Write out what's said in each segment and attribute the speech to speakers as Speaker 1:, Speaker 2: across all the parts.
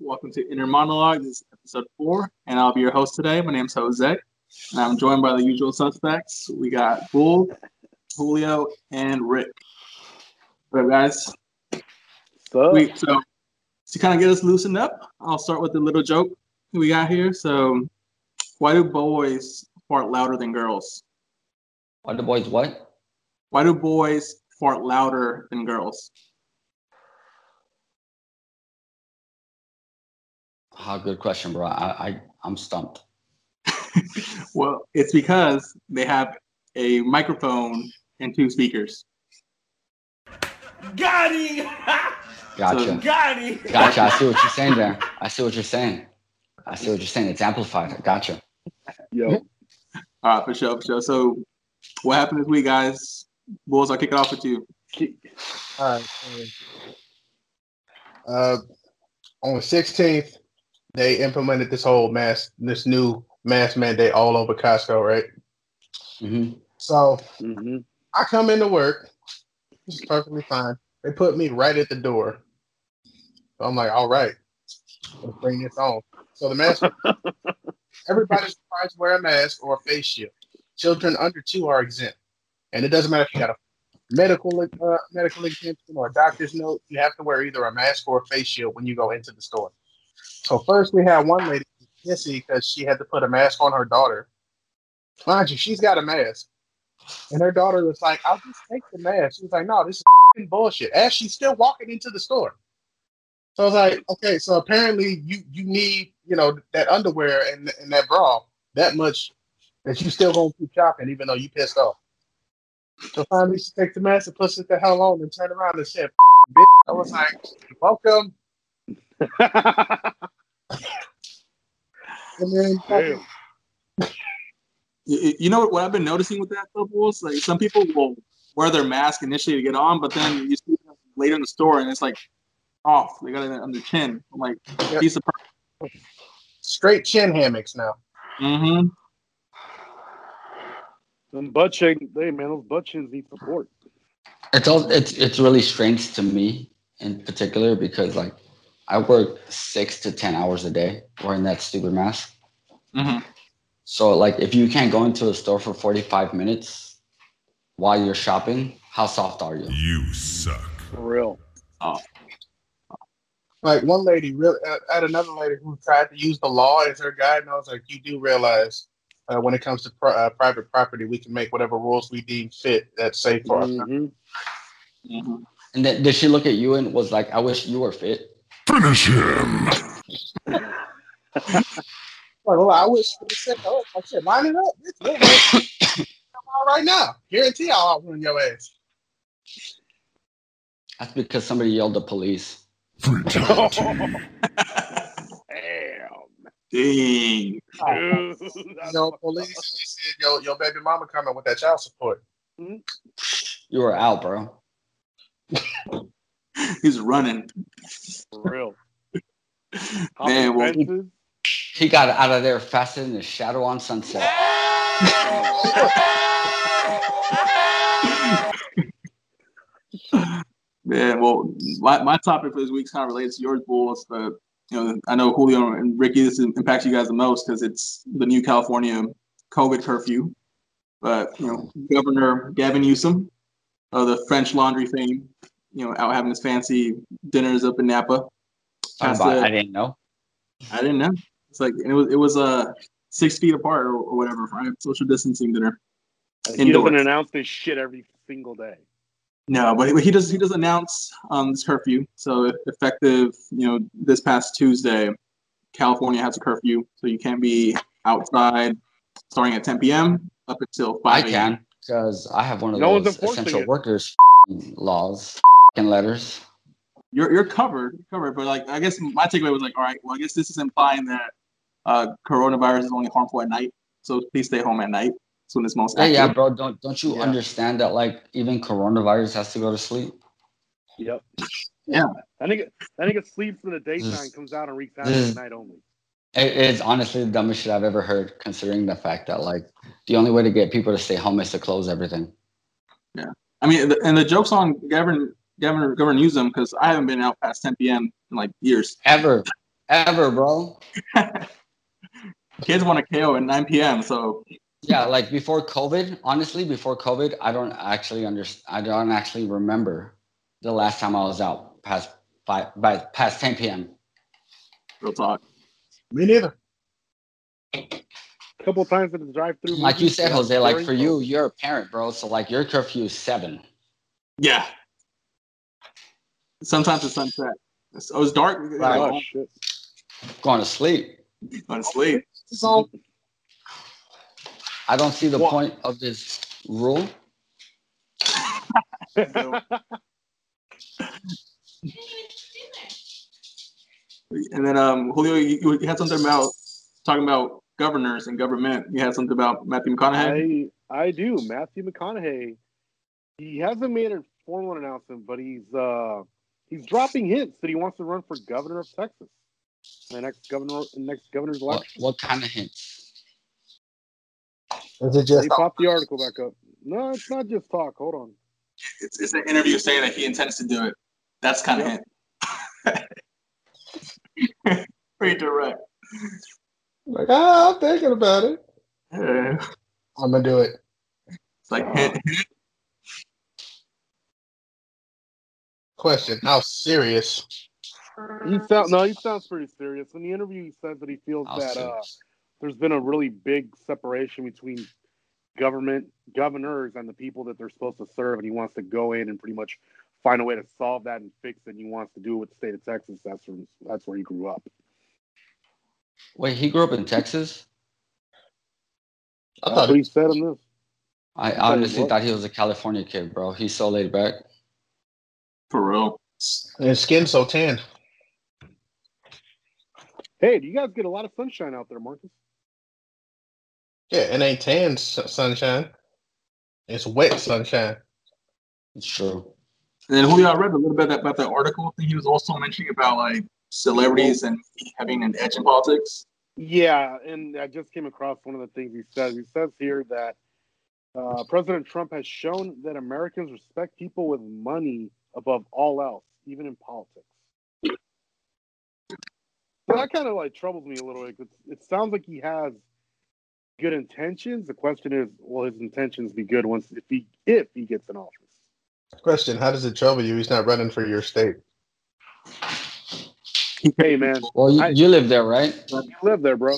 Speaker 1: Welcome to Inner Monologue. This is episode four, and I'll be your host today. My name's Jose, and I'm joined by the usual suspects. We got Bull, Julio, and Rick. All right, guys.
Speaker 2: So,
Speaker 1: We, so to kind of get us loosened up, I'll start with the little joke we got here. So, why do boys fart louder than girls?
Speaker 3: Are the boys what?
Speaker 1: Why do boys fart louder than girls?
Speaker 3: Ah, good question, bro. I, I I'm stumped.
Speaker 1: Well, it's because they have a microphone and two speakers.
Speaker 4: Got him!
Speaker 3: Gotcha.
Speaker 4: Got him!
Speaker 3: Gotcha. I see what you're saying there. I see what you're saying. I see what you're saying. It's amplified. Gotcha.
Speaker 2: yo,
Speaker 1: All right, for sure, for sure. So, what happened this week, guys? Bulls, I'll kick it off with you.
Speaker 2: ki-
Speaker 5: All right. Uh, on the 16th, they implemented this whole mass, this new mask mandate all over Costco, right?
Speaker 3: hmm
Speaker 5: So
Speaker 2: mhm.
Speaker 5: I come into work, it's perfectly fine. They put me right at the door. So I'm like, all right, let's bring this on. So the mask, everybody's required to wear a mask or a face shield. Children under two are exempt, and it doesn't matter if you got a medical uh, medical exemption or a doctor's note. You have to wear either a mask or a face shield when you go into the store. So first, we had one lady pissy because she had to put a mask on her daughter. Mind you, she's got a mask. And her daughter was like, I'll just take the mask. She was like, no, this is f***ing bullshit. As she's still walking into the store. So I was like, okay, so apparently you you need, you know, that underwear and, and that bra that much that you still gonna keep shopping even though you pissed off. So finally she takes the mask and puts it the hell on and turned around and said, "F***ing bitch. I was like, welcome. And then
Speaker 2: Damn.
Speaker 1: You, you know what I've been noticing with that though, Bulls? Like some people will wear their mask initially to get on, but then you see them later in the store and it's like off. They got it under chin. I'm like,
Speaker 5: Yep.
Speaker 1: piece of.
Speaker 5: straight chin hammocks now.
Speaker 1: Mm-hmm.
Speaker 2: Them butt chin, hey man, those butt chins need support.
Speaker 3: It's all it's it's really strange to me in particular because like I work six to ten hours a day wearing that stupid mask.
Speaker 1: Mm-hmm.
Speaker 3: So like if you can't go into a store for 45 minutes while you're shopping, how soft are you?
Speaker 6: You suck.
Speaker 2: For real.
Speaker 5: like one lady really uh, had another lady who tried to use the law as her guide and i was like you do realize uh, when it comes to pri- uh, private property we can make whatever rules we deem fit that's safe for us
Speaker 2: Mhm.
Speaker 1: Mm-hmm.
Speaker 3: And then did she look at you and was like, I wish you were fit?
Speaker 6: Finish him.
Speaker 5: like, well, i wish for the sick I was like, shit, line it up bitch, yeah, man. Come on right now guarantee i'll outrun your ass
Speaker 3: That's because somebody yelled the police.
Speaker 6: Fatality.
Speaker 1: mm-hmm. Dang.
Speaker 2: Damn.
Speaker 5: you
Speaker 2: Dude.
Speaker 5: know police she said yo your baby mama coming with that child support
Speaker 3: You were out, bro.
Speaker 1: He's running.
Speaker 2: For real.
Speaker 1: Man, well,
Speaker 2: Fences.
Speaker 3: He got out of there faster than the shadow on sunset.
Speaker 1: Yeah, well, my, my topic for this week's kind of relates to yours, Bulls, but you know, I know Julio and Ricky, this impacts you guys the most because it's the new California COVID curfew. But you know, Governor Gavin Newsom of the French Laundry fame, you know, out having his fancy dinners up in Napa.
Speaker 3: Talking
Speaker 1: Passed
Speaker 3: about,
Speaker 1: a-
Speaker 3: I didn't know.
Speaker 1: I didn't know. It's like and it was it was uh six feet apart or, or whatever, right? Social distancing dinner.
Speaker 2: He doesn't
Speaker 1: Indoors.
Speaker 2: announce this shit every single day.
Speaker 1: No, but he- he does. He does announce um, this curfew. So effective, you know, this past Tuesday, California has a curfew, so you can't be outside starting at 10 p.m. up until 5
Speaker 3: I
Speaker 1: a.m.
Speaker 3: can because I have one of
Speaker 2: No one's
Speaker 3: those
Speaker 2: enforcing
Speaker 3: essential
Speaker 2: it.
Speaker 3: workers laws and letters.
Speaker 1: You're you're covered, you're covered. But like, I guess my takeaway was like, all right, well, I guess this is implying that uh, coronavirus is only harmful at night. So please stay home at night. It's when it's most
Speaker 3: Yeah,
Speaker 1: active.
Speaker 3: yeah, bro. Don't don't you
Speaker 2: Yeah.
Speaker 3: understand that like even coronavirus has to go to sleep?
Speaker 2: Yep.
Speaker 1: Yeah.
Speaker 2: I think I think it sleeps in the daytime,
Speaker 3: This-
Speaker 2: comes out and wreaks out
Speaker 3: this-
Speaker 2: at night only.
Speaker 3: It is honestly the dumbest shit I've ever heard, considering the fact that like the only way to get people to stay home is to close everything.
Speaker 1: I mean, the, and the joke's on Gavin Gavin Governor Newsom because I haven't been out past 10 p.m. in like years.
Speaker 3: Ever, ever, bro.
Speaker 1: Kids want to KO at 9 p.m. So
Speaker 3: Yeah, like before COVID, honestly, before COVID, I don't actually under, I don't actually remember the last time I was out past five, by past 10 p.m.
Speaker 1: real talk.
Speaker 5: Me neither.
Speaker 2: A couple times in the drive-through.
Speaker 3: Like you said, Jose, like for you, you're a parent, bro. So like your curfew is seven.
Speaker 1: Yeah. Sometimes it's sunset. It's- Oh, it's dark. You gotta
Speaker 2: Oh
Speaker 1: go
Speaker 2: shit!
Speaker 3: Going to sleep.
Speaker 1: home, Go to sleep.
Speaker 5: So
Speaker 3: I don't see the
Speaker 2: Well-
Speaker 3: point of this rule.
Speaker 1: And then um, Julio, you, you had something about talking about governors and government. You had something about Matthew McConaughey.
Speaker 2: I I do. Matthew McConaughey. He hasn't made a formal announcement, but he's uh he's dropping hints that he wants to run for governor of Texas. in The next governor, next governor's
Speaker 3: What,
Speaker 2: election.
Speaker 3: what kind of hints?
Speaker 5: is it
Speaker 2: They
Speaker 5: just
Speaker 2: popped the article back up. No, it's not just talk. Hold on.
Speaker 1: It's, it's an interview saying that he intends to do it. That's kind of
Speaker 2: Yep.
Speaker 1: him. Pretty direct.
Speaker 5: like ah, I'm thinking about it?
Speaker 1: Yeah.
Speaker 5: I'm gonna do it.
Speaker 1: It's like
Speaker 5: Uh-huh. Question: How serious?
Speaker 2: He sound no, he sounds pretty serious. In the interview, he says that he feels
Speaker 3: I'll
Speaker 2: that
Speaker 3: see.
Speaker 2: uh, there's been a really big separation between government governors and the people that they're supposed to serve, and he wants to go in and pretty much find a way to solve that and fix it. And he wants to do it with the state of Texas. That's where that's where he grew up.
Speaker 3: Wait, he grew up in Texas.
Speaker 5: I
Speaker 2: That's
Speaker 5: thought
Speaker 2: what he said on this.
Speaker 3: I
Speaker 2: thought he
Speaker 3: honestly
Speaker 2: was.
Speaker 3: thought he was a California kid, bro. He's so laid back.
Speaker 1: for real.
Speaker 5: his skin's so tan.
Speaker 2: Hey, do you guys get a lot of sunshine out there, Marcus?
Speaker 5: Yeah, it ain't tan s- sunshine. It's wet sunshine.
Speaker 3: It's true.
Speaker 1: And then Julio, I read a little bit about that article. I think he was also mentioning about like celebrities and having an edge in politics.
Speaker 2: Yeah, and I just came across one of the things he says. He says here that uh, President Trump has shown that Americans respect people with money above all else, even in politics. So that kind of like troubles me a little bit. 'cause It sounds like he has good intentions. The question is, will his intentions be good once if he if he gets in office?
Speaker 5: Question: How does it trouble you? He's not running for your state.
Speaker 2: Hey man,
Speaker 3: Well, you,
Speaker 2: I-
Speaker 3: you live there, right?
Speaker 2: you live there, bro.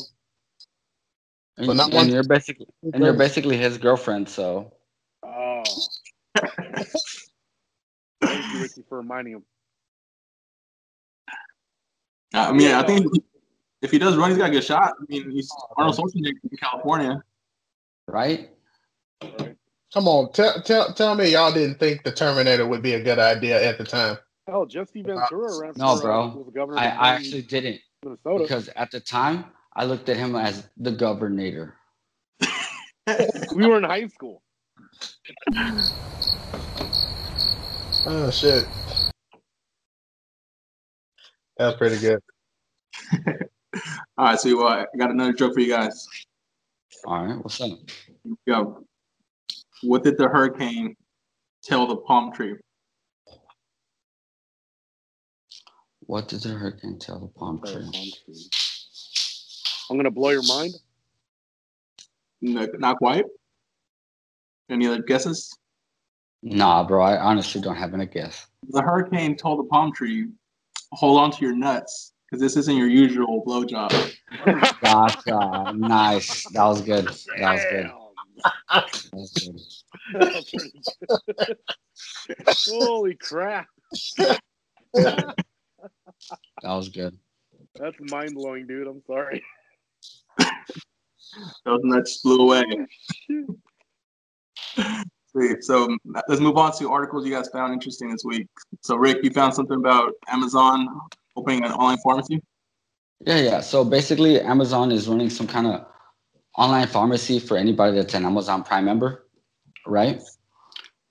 Speaker 3: And,
Speaker 5: But not
Speaker 3: and
Speaker 5: one-
Speaker 3: you're basically and you're basically his girlfriend. So
Speaker 2: Oh. Thank you, Ricky, for reminding him.
Speaker 1: Uh, I mean,
Speaker 2: Yeah,
Speaker 1: I
Speaker 2: no,
Speaker 1: think if he does run, he's got a good shot. I mean, he's Arnold Schwarzenegger in California.
Speaker 3: right?
Speaker 5: Come on, tell tell tell me y'all didn't think the Terminator would be a good idea at the time.
Speaker 2: Hell, Jesse Ventura ran
Speaker 3: No,
Speaker 2: for, uh,
Speaker 3: bro.
Speaker 2: was the governor
Speaker 3: I,
Speaker 2: of
Speaker 3: I actually didn't
Speaker 2: Minnesota.
Speaker 3: because at the time I looked at him as the governor.
Speaker 2: we were in high school.
Speaker 5: Oh shit. That was pretty good.
Speaker 1: All right, so uh, I got another joke for you guys.
Speaker 3: All right, what's up?
Speaker 1: Here we go. What did the hurricane tell the palm tree?
Speaker 3: What did the hurricane tell the palm tree?
Speaker 2: I'm gonna blow your mind.
Speaker 1: No, not quite. Any other guesses?
Speaker 3: Nah, bro. I honestly don't have any guess.
Speaker 1: The hurricane told the palm tree, "Hold on to your nuts, because this isn't your usual blowjob."
Speaker 3: Gotcha. nice. That was good. That was good.
Speaker 2: Damn.
Speaker 3: That was good.
Speaker 2: That was pretty good. Holy crap.
Speaker 3: That was good.
Speaker 2: That's mind blowing, dude. I'm sorry.
Speaker 1: Those nuts flew away. Sweet. So let's move on to articles you guys found interesting this week. So Rick, you found something about Amazon opening an online pharmacy.
Speaker 3: Yeah, yeah. So basically, Amazon is running some kind of online pharmacy for anybody that's an Amazon Prime member, right?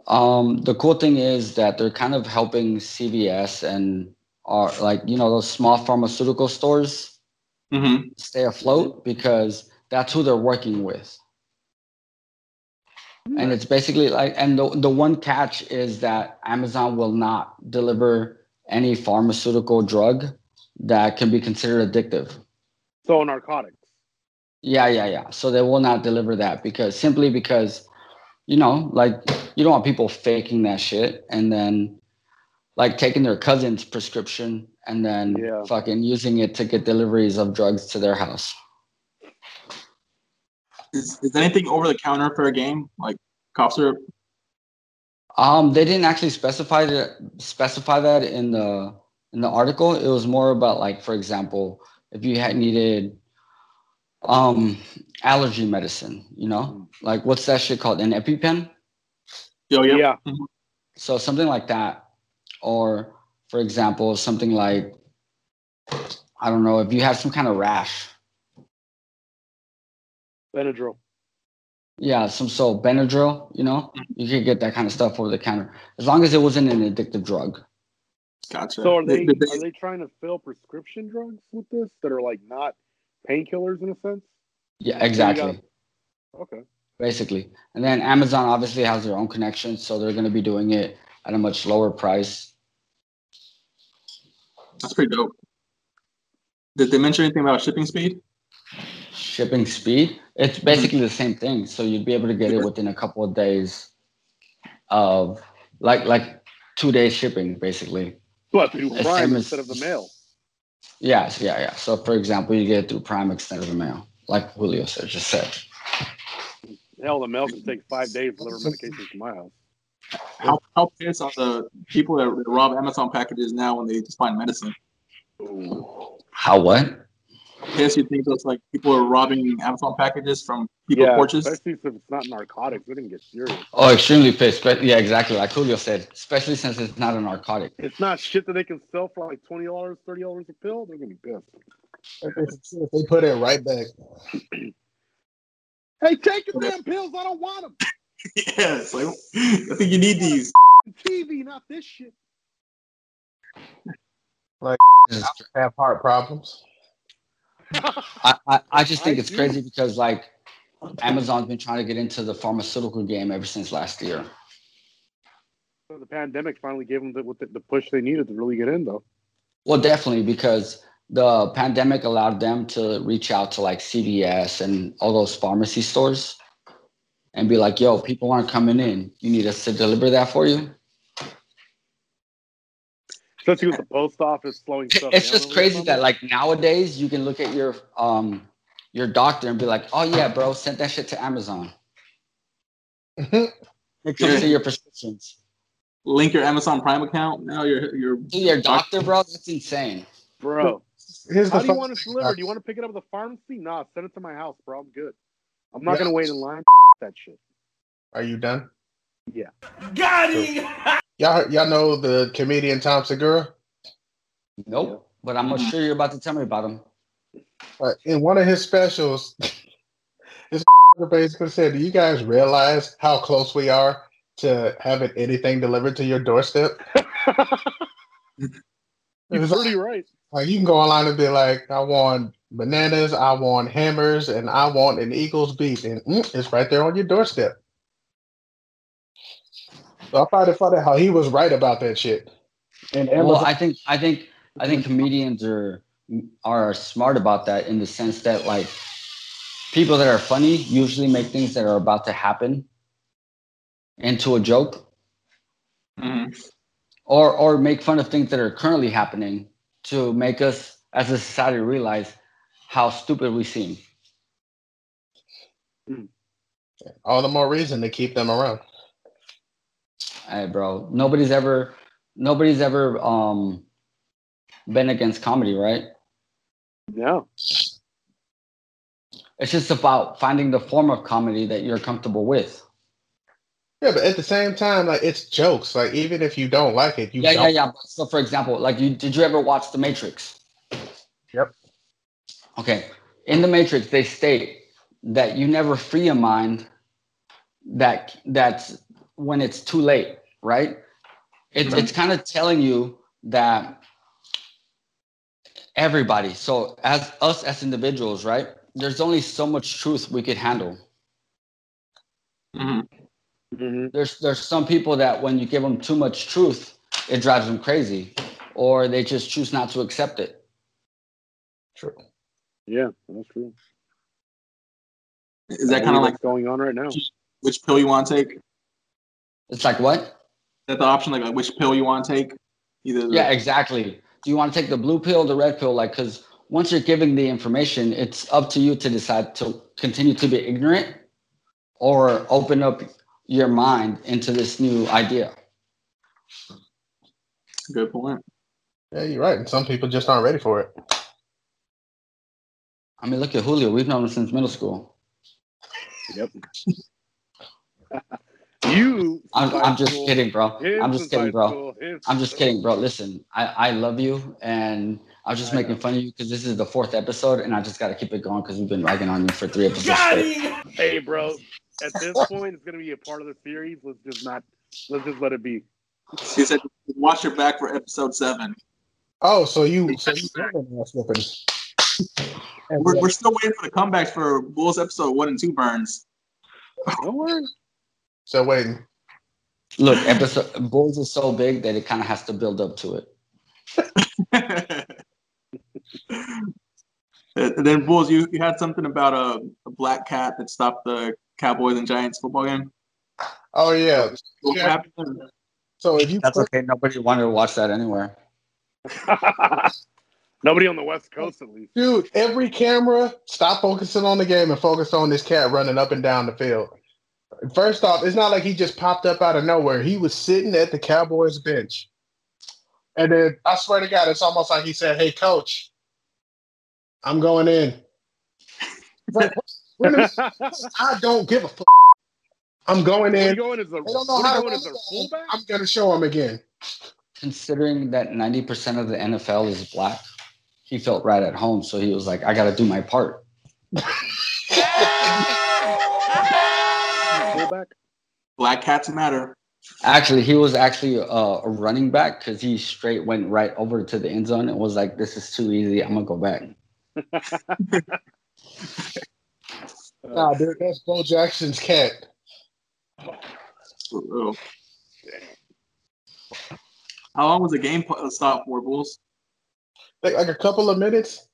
Speaker 3: Um, the cool thing is that they're kind of helping CVS and are like you know those small pharmaceutical stores
Speaker 1: Mm-hmm.
Speaker 3: stay afloat because that's who they're working with. And it's basically like, and the, the one catch is that Amazon will not deliver any pharmaceutical drug that can be considered addictive.
Speaker 2: So narcotics.
Speaker 3: Yeah, yeah, yeah. So they will not deliver that because simply because, you know, like you don't want people faking that shit and then like taking their cousin's prescription and then
Speaker 2: Yeah.
Speaker 3: fucking using it to get deliveries of drugs to their house.
Speaker 1: Is, is anything over the counter fair game? Like cough syrup?
Speaker 3: Um, they didn't actually specify that specify that in the in the article. It was more about like, for example, if you had needed um allergy medicine, you know, like what's that shit called? An EpiPen?
Speaker 1: Yo, yep.
Speaker 2: Yeah.
Speaker 3: So something like that, or for example, something like I don't know if you have some kind of rash.
Speaker 2: Benadryl.
Speaker 3: Yeah, some so Benadryl, you know, you could get that kind of stuff over the counter as long as it wasn't an addictive drug.
Speaker 1: Gotcha.
Speaker 2: So are they,
Speaker 1: They- they-
Speaker 2: are they trying to fill prescription drugs with this that are like not painkillers in a sense?
Speaker 3: Yeah, exactly.
Speaker 2: Okay.
Speaker 3: basically. And then Amazon obviously has their own connections, so they're going to be doing it at a much lower price.
Speaker 1: that's pretty dope. Did they mention anything about shipping speed?
Speaker 3: Shipping speed, it's basically the same thing. So you'd be able to get it within a couple of days of like like two days shipping basically.
Speaker 2: But through
Speaker 3: It's
Speaker 2: Prime
Speaker 3: same as-
Speaker 2: instead of the mail.
Speaker 3: Yes, yeah, yeah. So for example, you get it through Prime extended the mail, like Julio said just said.
Speaker 2: Hell, the mail can take five days to deliver medications to my house.
Speaker 1: How how pissed are the people that rob Amazon packages now when they just find medicine?
Speaker 3: How what?
Speaker 1: Pissed you think those like people are robbing Amazon packages from people porches?
Speaker 2: especially if it's not narcotics, they didn't get serious.
Speaker 3: Oh, extremely pissed. But yeah, exactly. Like Julio said, especially since it's not a narcotic.
Speaker 2: It's not shit that they can sell for like twenty dollars, thirty dollars a pill. They're gonna be pissed.
Speaker 5: If they- if they put it right back.
Speaker 2: Hey, take your damn pills. I don't want them.
Speaker 1: Yes, like I think you need these.
Speaker 2: TV, not this shit.
Speaker 3: It's
Speaker 5: Have heart problems.
Speaker 3: I, I, I just think
Speaker 2: I
Speaker 3: it's
Speaker 2: do.
Speaker 3: crazy because like Amazon's been trying to get into the pharmaceutical game ever since last year.
Speaker 2: So the pandemic finally gave them the, what the, the push they needed to really get in, though.
Speaker 3: Well, definitely because the pandemic allowed them to reach out to like CVS and all those pharmacy stores and be like, "Yo, people aren't coming in. You need us to deliver that for you."
Speaker 2: Especially with the post office slowing stuff.
Speaker 3: it's
Speaker 2: down
Speaker 3: just
Speaker 2: over the
Speaker 3: crazy
Speaker 2: summer.
Speaker 3: that like nowadays you can look at your um your doctor and be like, "Oh yeah, bro, send that shit to Amazon." It comes to your prescriptions.
Speaker 1: Link your Amazon Prime account. Now you're you're
Speaker 3: To your doctor, bro, that's insane.
Speaker 2: bro.
Speaker 5: Here's
Speaker 2: How
Speaker 5: the
Speaker 2: do you
Speaker 5: fun-
Speaker 2: want it delivered? Do you want to pick it up at the pharmacy? Nah, send it to my house, bro. I'm good. I'm not
Speaker 5: Yeah.
Speaker 2: gonna wait in line. That shit.
Speaker 5: Are you done?
Speaker 2: Yeah.
Speaker 5: Got it. Y'all, y'all know the comedian Tom Segura?
Speaker 3: Nope. But I'm sure you're about to tell me about him.
Speaker 5: Like, Uh, in one of his specials, this basically said, "Do you guys realize how close we are to having anything delivered to your doorstep?" It
Speaker 2: You're
Speaker 5: was
Speaker 2: pretty
Speaker 5: like,
Speaker 2: right.
Speaker 5: like, you can go online and be like, "I want bananas, I want hammers, and I want an Eagles beat," and mm, it's right there on your doorstep. So I find it funny how he was right about that shit. And
Speaker 3: Well,
Speaker 5: Amazon,
Speaker 3: I think I think I think comedians are are smart about that in the sense that like people that are funny usually make things that are about to happen into a joke
Speaker 5: Mm-hmm.
Speaker 1: Mhm.
Speaker 3: or or make fun of things that are currently happening to make us as a society realize how stupid we seem.
Speaker 5: all the more reason to keep them around.
Speaker 3: Hey, bro, nobody's ever nobody's ever um been against comedy, right?
Speaker 2: No.
Speaker 3: It's just about finding the form of comedy that you're comfortable with.
Speaker 5: Yeah, but at the same time, like it's jokes. Like even if you don't like it, you
Speaker 3: yeah,
Speaker 5: don't.
Speaker 3: yeah, yeah. So, for example, like, you did you ever watch The Matrix?
Speaker 5: Yep.
Speaker 3: Okay. In The Matrix, they state that you never free a mind that that's when it's too late, right? It's it's kind of telling you that everybody. So as us as individuals, right? There's only so much truth we could handle.
Speaker 5: Mm-hmm.
Speaker 1: Mhm.
Speaker 2: hmm
Speaker 3: there's there's some people that when you give them too much truth, it drives them crazy, or they just choose not to accept it.
Speaker 5: True.
Speaker 2: Yeah, that's true.
Speaker 1: Is that kind of like
Speaker 2: what's going on right now?
Speaker 1: which pill you want to take? Is
Speaker 3: It's like what?
Speaker 2: Mm-hmm.
Speaker 1: that the option? Like, like which pill you want to take? Either the-
Speaker 3: Yeah, exactly. Do you want to take the blue pill, or the red pill? Like, because once you're giving the information, it's up to you to decide to continue to be ignorant or open up your mind into this new idea.
Speaker 1: good point.
Speaker 5: Yeah, you're right. And some people just aren't ready for it.
Speaker 3: I mean, look at Julio. We've known him since middle school.
Speaker 2: You.
Speaker 3: I'm,
Speaker 2: since
Speaker 3: I'm
Speaker 2: high
Speaker 3: just
Speaker 2: school,
Speaker 3: kidding, bro.
Speaker 2: him
Speaker 3: I'm just
Speaker 2: since
Speaker 3: kidding,
Speaker 2: high
Speaker 3: bro.
Speaker 2: school, him
Speaker 3: I'm
Speaker 2: since-
Speaker 3: just kidding, bro. Listen, I, I love you, and I was just
Speaker 2: I
Speaker 3: making fun of you because this is the fourth episode, and I just got to keep it going because we've been ragging on you for three episodes. straight.
Speaker 2: Hey, bro. At this point, it's gonna be a part of the series. Let's just not. Let's just let it be.
Speaker 1: He said, "Watch your back for episode seven.
Speaker 5: Oh, so you so you have an ass whooping. And
Speaker 1: We're,
Speaker 5: yeah,
Speaker 1: we're still waiting for the comebacks for Bulls episode one and two burns.
Speaker 2: Don't worry.
Speaker 5: still waiting.
Speaker 3: Look, episode Bulls is so big that it kind of has to build up to it.
Speaker 1: and and then Bulls, you, you had something about a, a black cat that stopped the Cowboys and Giants football game.
Speaker 5: Oh yeah.
Speaker 1: What
Speaker 5: Yeah.
Speaker 1: happened?
Speaker 5: So if you
Speaker 3: That's
Speaker 5: click,
Speaker 3: okay. Nobody wanted to watch that anywhere.
Speaker 2: Nobody on the West Coast, at least.
Speaker 5: dude, every camera stop focusing on the game and focus on this cat running up and down the field. First off, it's not like he just popped up out of nowhere. He was sitting at the Cowboys bench. And then I swear to God, it's almost like he said, Hey coach, I'm going in. It's Like, when is- I don't give a fuck. I'm going
Speaker 2: Where
Speaker 5: in.
Speaker 2: you going as a,
Speaker 5: They don't know
Speaker 2: where
Speaker 5: how
Speaker 2: you
Speaker 5: to
Speaker 2: going
Speaker 5: run
Speaker 2: as a
Speaker 5: the ball.
Speaker 2: fullback?
Speaker 5: I'm gonna show him again.
Speaker 3: Considering that 90% of the NFL is black, he felt right at home. So he was like, I got to do my part.
Speaker 2: Fullback?
Speaker 1: Black cats matter.
Speaker 3: Actually, he was actually uh, a running back because he straight went right over to the end zone and was like, This is too easy. I'm going to go back.
Speaker 5: Nah, dude, that's Bo Jackson's cat.
Speaker 1: Uh-oh. How long was the game pl- stop for Bulls?
Speaker 5: Like, like a couple of minutes.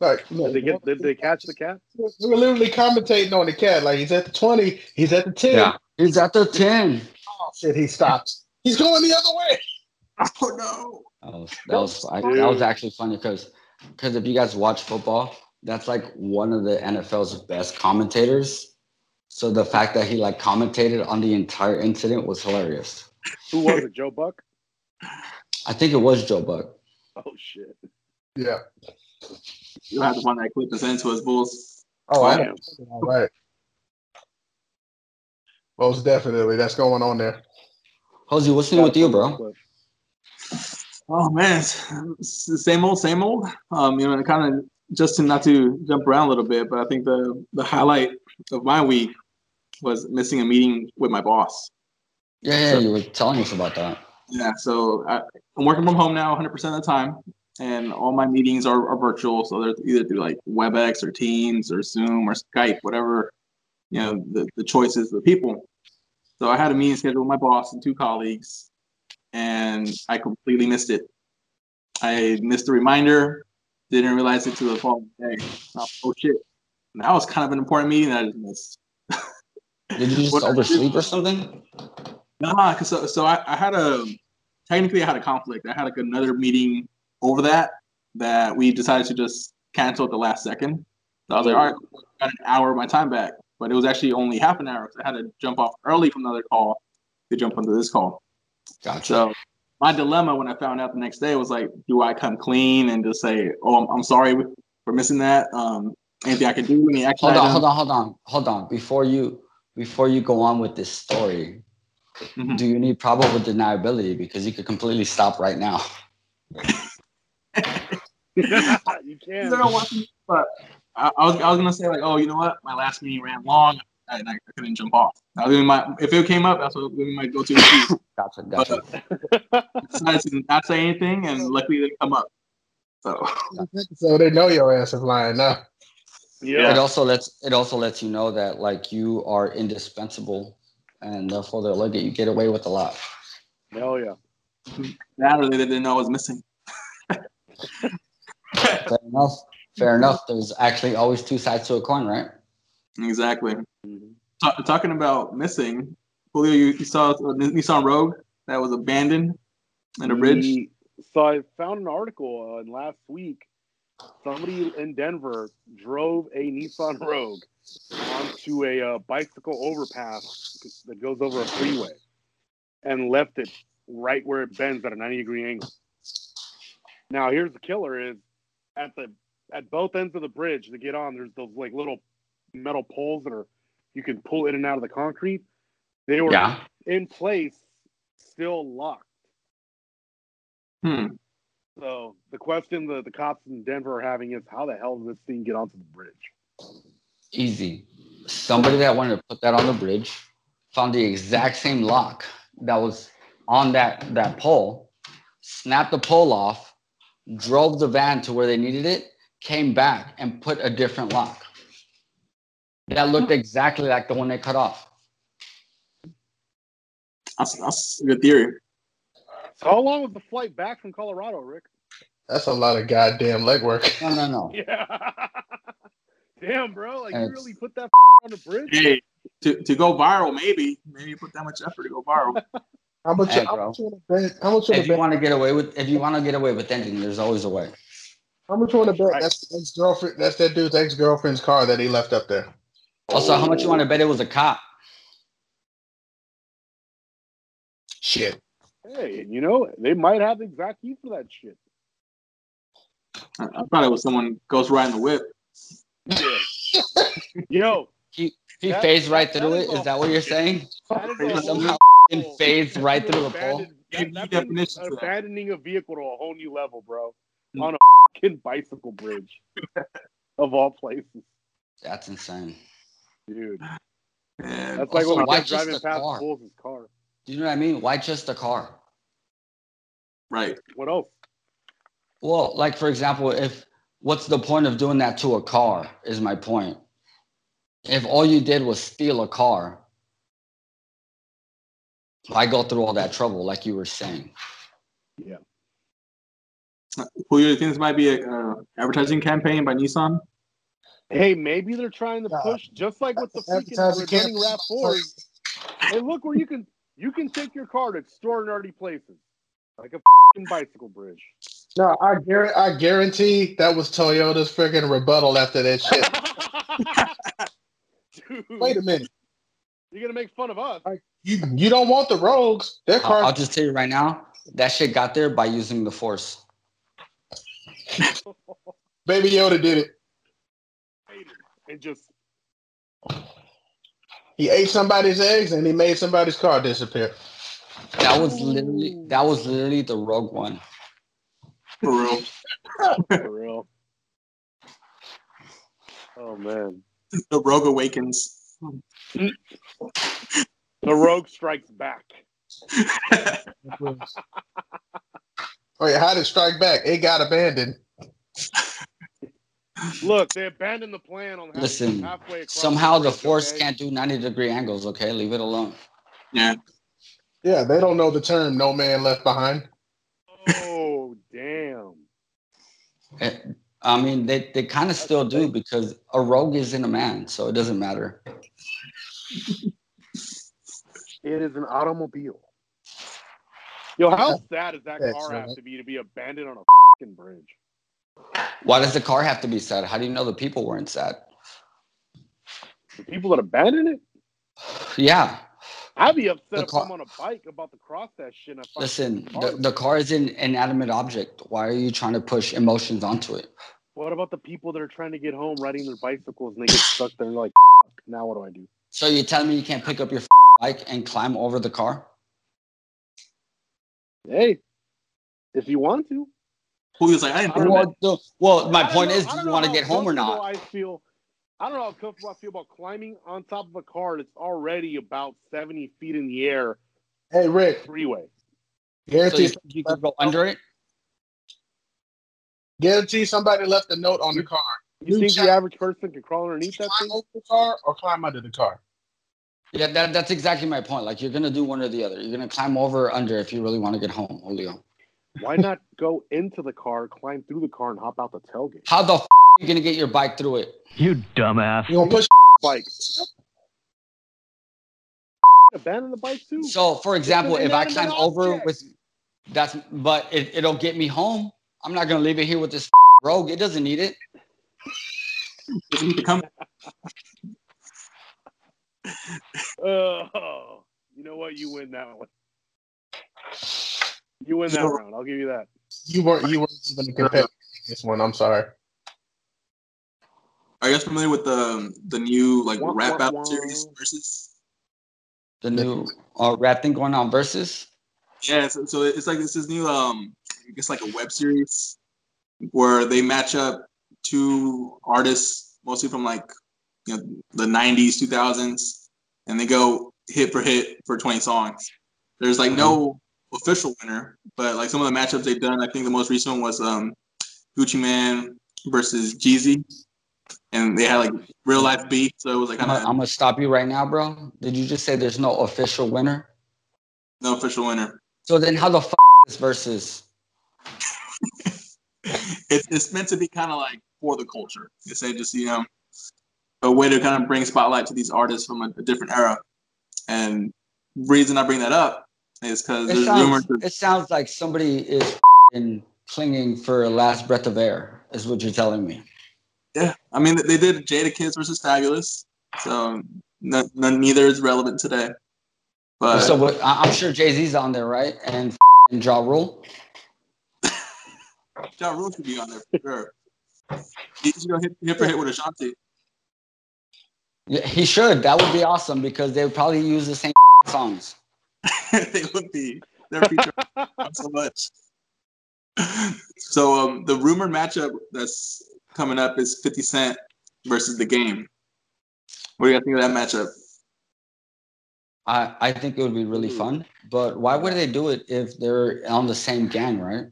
Speaker 5: Like,
Speaker 2: Did they get? Did they catch the cat?
Speaker 5: we were literally commentating on the cat. Like, he's at the 20, he's at the 10.
Speaker 3: He's at the 10.
Speaker 5: Oh, shit, he stops. He's going the other way.
Speaker 1: Oh no!
Speaker 3: That was that was, I, that was actually funny because because if you guys watch football, that's like one of the NFL's best commentators. So the fact that he like commentated on the entire incident was hilarious.
Speaker 2: Who was it? Joe Buck?
Speaker 3: I think it was Joe Buck.
Speaker 2: Oh shit!
Speaker 5: Yeah.
Speaker 1: You'll have to find that clip and send it to us, Bulls.
Speaker 5: Oh, I
Speaker 2: Damn.
Speaker 5: all right. Most definitely. That's going on there.
Speaker 3: Jose, what's new with you, bro?
Speaker 1: Oh man, it's, it's the same old, same old. Um, you know, and kind of just to not to jump around a little bit, but I think the the highlight of my week was missing a meeting with my boss.
Speaker 3: Yeah, yeah, you were telling us about that.
Speaker 1: Yeah, so I, I'm working from home now 100% of the time, and all my meetings are, are virtual. So they're either through like WebEx or Teams or Zoom or Skype, whatever, you know, the, the choices of the people. So I had a meeting scheduled with my boss and two colleagues, and I completely missed it. I missed the reminder, didn't realize it till the following day. Oh, oh, shit. And that was kind of an important meeting that I just missed.
Speaker 3: Did you just
Speaker 1: What-
Speaker 3: oversleep or something?
Speaker 1: Nah, cause so, so I, I had a technically I had a conflict. I had like another meeting over that that we decided to just cancel at the last second. So I was like, all right, cool, I got an hour of my time back, but it was actually only half an hour because I had to jump off early from another call to jump onto this call.
Speaker 3: Gotcha.
Speaker 1: So my dilemma when I found out the next day was like, do I come clean and just say, oh, I'm, I'm sorry for missing that? Um, anything I can do? Any action
Speaker 3: Hold on,
Speaker 1: item?
Speaker 3: hold on, hold on, hold on. Before you before you go on with this story,
Speaker 1: Mhm.
Speaker 3: do you need probable deniability? Because you could completely stop right now.
Speaker 2: you
Speaker 1: Yeah.
Speaker 2: can.
Speaker 1: but I, I was I was gonna say like, oh, you know what? My last meeting ran long, and I, I couldn't jump off. That was gonna be my if it came up, that's what we might go to. I
Speaker 3: Gotcha, gotcha.
Speaker 1: decided to not say anything, and luckily it didn't come up. So
Speaker 5: So they know your ass is lying now.
Speaker 3: It
Speaker 2: Yeah.
Speaker 3: also lets it also lets you know that like you are indispensable, and therefore they'll look at you get away with a lot.
Speaker 2: Hell yeah.
Speaker 1: that or they didn't know I was missing.
Speaker 3: Fair enough. Fair enough. There's actually always two sides to a coin, right?
Speaker 1: Exactly.
Speaker 2: Mhm.
Speaker 1: Ta- talking about missing, Julio, you, you saw uh, Nissan Rogue that was abandoned in a bridge.
Speaker 2: We- So I found an article uh, in last week. Somebody in Denver drove a Nissan Rogue onto a uh, bicycle overpass that goes over a freeway and left it right where it bends at a 90 degree angle. Now here's the killer is at the at both ends of the bridge to get on there's those like little metal poles that are you can pull in and out of the concrete. They were
Speaker 3: Yeah.
Speaker 2: in place still locked.
Speaker 1: Hmm.
Speaker 2: So the question that the cops in Denver are having is how the hell did this thing get onto the bridge?
Speaker 3: Easy. Somebody that wanted to put that on the bridge found the exact same lock that was on that that pole, snapped the pole off, drove the van to where they needed it, came back and put a different lock. That looked exactly like the one they cut off.
Speaker 1: That's, that's a good theory.
Speaker 2: So how long was the flight back from Colorado, Rick?
Speaker 5: That's a lot of goddamn legwork.
Speaker 3: No, no, no.
Speaker 2: Yeah. Damn, bro. Like, you
Speaker 3: It's-
Speaker 2: really put that on the bridge?
Speaker 1: Hey, to, to go viral, maybe maybe you put that much effort to go viral.
Speaker 5: How much?
Speaker 3: Hey,
Speaker 5: how
Speaker 3: bro.
Speaker 5: much would have been? How much would
Speaker 3: If
Speaker 5: have
Speaker 3: you
Speaker 5: been?
Speaker 3: want to get away with, if you want to get away with anything, there's always a way.
Speaker 5: How much would have been?
Speaker 2: Right.
Speaker 5: That's ex girlfriend. That's that dude's ex girlfriend's car that he left up there.
Speaker 3: Also, how much you want to bet it was a cop?
Speaker 5: Shit.
Speaker 2: Hey, you know, they might have the exact key for that shit.
Speaker 1: I, I thought it was someone ghost riding the whip.
Speaker 2: Yo,
Speaker 3: He
Speaker 2: That-
Speaker 3: phased right
Speaker 2: that
Speaker 3: through
Speaker 2: is
Speaker 3: it.
Speaker 2: a-
Speaker 3: Is that what you're saying?
Speaker 2: that is
Speaker 3: He
Speaker 2: a
Speaker 3: somehow
Speaker 2: whole-
Speaker 3: f***ing phased right through the pole.
Speaker 2: Oh, Abandoned-
Speaker 1: Give
Speaker 2: That,
Speaker 1: me
Speaker 2: that's
Speaker 1: definitions of that.
Speaker 2: abandoning a vehicle to a whole new level, bro.
Speaker 1: Hmm.
Speaker 3: Mm.
Speaker 2: On a fucking bicycle bridge, of all places,
Speaker 3: That's insane.
Speaker 2: dude.
Speaker 1: And
Speaker 2: That's like
Speaker 3: Also,
Speaker 2: what
Speaker 3: why
Speaker 2: we kept
Speaker 3: just
Speaker 2: driving
Speaker 3: the
Speaker 2: past
Speaker 3: car?
Speaker 2: Bulls' car.
Speaker 3: Do you know what I mean? Why just a car?
Speaker 1: right.
Speaker 2: What else?
Speaker 3: Well, like for example, if what's the point of doing that to a car is my point. If all you did was steal a car, why go through all that trouble like you were saying?
Speaker 1: Julio, you think this might be a uh, advertising campaign by Nissan?
Speaker 2: Hey, maybe they're trying to
Speaker 5: Yeah.
Speaker 2: push just like with the freaking
Speaker 5: Advertising
Speaker 2: returning
Speaker 5: campaign.
Speaker 2: Rav Fours. Hey, look where you can you can take your car to extraordinary places, like a fucking bicycle bridge.
Speaker 5: No, I guarantee. I guarantee that was Toyota's freaking rebuttal after that shit.
Speaker 2: Dude,
Speaker 5: Wait a minute.
Speaker 2: you're gonna make fun of us.
Speaker 5: You you don't want the rogues. Their
Speaker 3: I- I'll
Speaker 5: car.
Speaker 3: just tell you right now, that shit got there by using the force.
Speaker 5: Baby Yoda did it.
Speaker 2: And just
Speaker 5: He ate somebody's eggs and he made somebody's car disappear.
Speaker 3: That was literally that was literally the rogue one.
Speaker 1: For real.
Speaker 2: for real. Oh man,
Speaker 1: the Rogue Awakens.
Speaker 2: the Rogue Strikes Back.
Speaker 5: Wait, how did Strike Back? It got abandoned.
Speaker 2: Look, they abandoned the plan on half-
Speaker 3: Listen,
Speaker 2: halfway across
Speaker 3: Somehow the
Speaker 2: bridge,
Speaker 3: force
Speaker 2: okay?
Speaker 3: can't do 90 degree angles, okay? Leave it alone.
Speaker 1: yeah.
Speaker 5: Yeah, they don't know the term "no man left behind."
Speaker 2: Oh damn.
Speaker 3: Eh, I mean, they, they kind of still do because a rogue isn't a man, so it doesn't matter.
Speaker 2: It is an automobile. Yo, how sad is that
Speaker 5: That's
Speaker 2: car have
Speaker 5: right.
Speaker 2: to be to be abandoned on a fucking bridge?
Speaker 3: Why does the car have to be sad? How do you know the people weren't sad?
Speaker 2: The people that abandon it,
Speaker 3: Yeah,
Speaker 2: I'd be upset
Speaker 3: The
Speaker 2: if
Speaker 3: car-
Speaker 2: I'm on a bike about to cross that shit. And I fucking-
Speaker 3: listen, the, the car is an inanimate object. Why are you trying to push emotions onto it?
Speaker 2: What about the people that are trying to get home riding their bicycles and they get stuck there? and They're like, "Fuck, now what do I do?
Speaker 3: So you're telling me you can't pick up your bike and climb over the car?
Speaker 2: Hey, if you want to.
Speaker 1: Julio's like, I didn't
Speaker 2: I
Speaker 1: think
Speaker 2: don't
Speaker 1: about
Speaker 3: Well, the- well, my
Speaker 2: I don't
Speaker 3: point
Speaker 2: know-
Speaker 3: is,
Speaker 2: I
Speaker 3: do
Speaker 2: don't
Speaker 3: you
Speaker 2: know
Speaker 3: want to
Speaker 2: how
Speaker 3: get home or
Speaker 2: comfortable
Speaker 3: not?
Speaker 2: I feel. I don't know how comfortable I feel about climbing on top of a car that's already about 70 feet in the air
Speaker 5: Hey Rick,
Speaker 2: freeway.
Speaker 3: So you,
Speaker 5: guarantee
Speaker 3: you can go under it.
Speaker 5: guarantee somebody left a note on the car.
Speaker 2: You
Speaker 5: Dude,
Speaker 2: think
Speaker 5: shut-
Speaker 2: the average person could crawl underneath that
Speaker 5: Climb
Speaker 2: thing?
Speaker 5: over the car or climb under the car.
Speaker 3: Yeah, that, that's exactly my point. Like you're gonna do one or the other. You're gonna climb over or under if you really want to get home, Julio.
Speaker 2: Why not go into the car, climb through the car, and hop out the tailgate?
Speaker 3: How the f- you gonna get your bike through it?
Speaker 4: You dumbass.
Speaker 5: You gonna push?
Speaker 2: Bike. Abandon the bike too.
Speaker 3: So, for example,
Speaker 2: an
Speaker 3: if I
Speaker 2: inanimate
Speaker 3: climb over
Speaker 2: object.
Speaker 3: with that's, but it, it'll get me home. I'm not gonna leave it here with this rogue. It doesn't need it.
Speaker 1: Doesn't need to come.
Speaker 2: Oh, you know what? You win that one. You win that
Speaker 5: So-
Speaker 2: round. I'll give you that.
Speaker 5: You weren't. You weren't even competitive in this one. I'm sorry.
Speaker 1: Are you guys familiar with the the new like
Speaker 2: Wah,
Speaker 1: rap
Speaker 2: wah,
Speaker 1: battle
Speaker 2: wah.
Speaker 1: series versus?
Speaker 3: The new uh, rap thing going on versus.
Speaker 1: Yeah, so, so it's like this is new. Um, it's like a web series where they match up two artists, mostly from like you know the '90s, 2000s, and they go hit for hit for 20 songs. There's like no official winner, but like some of the matchups they've done, I think the most recent one was um, Gucci Man versus Jeezy, and they had like real life beef, so it was like
Speaker 3: I'm
Speaker 1: kind
Speaker 3: gonna, I'm
Speaker 1: of
Speaker 3: gonna stop you right now, bro. Did you just say there's no official winner?
Speaker 1: no official winner.
Speaker 3: So then, how the f- is versus?
Speaker 1: it's, it's meant to be kind of like for the culture. It's a just you know a way to kind of bring spotlight to these artists from a, a different era. And reason I bring that up is because
Speaker 3: It
Speaker 1: there's
Speaker 3: sounds,
Speaker 1: rumors. Of,
Speaker 3: it sounds like somebody is f***ing clinging for a last breath of air. Is what you're telling me?
Speaker 1: yeah, I mean they did Jada Kids versus Fabulous, so no, no, neither is relevant today. But
Speaker 3: so what, I- I'm sure Jay Z's on there, right? And f***ing Ja Rule.
Speaker 1: Ja Rule should be on there for sure. You should go hit, hit for hit with Ashanti.
Speaker 3: Yeah, he should. That would be awesome because they would probably use the same songs.
Speaker 1: they would be. They're featured so much. So um, the rumored matchup that's coming up is 50 Cent versus The Game. What do you guys think of that matchup?
Speaker 3: I, I think it would be really fun. But why would they do it if they're on the same gang, right?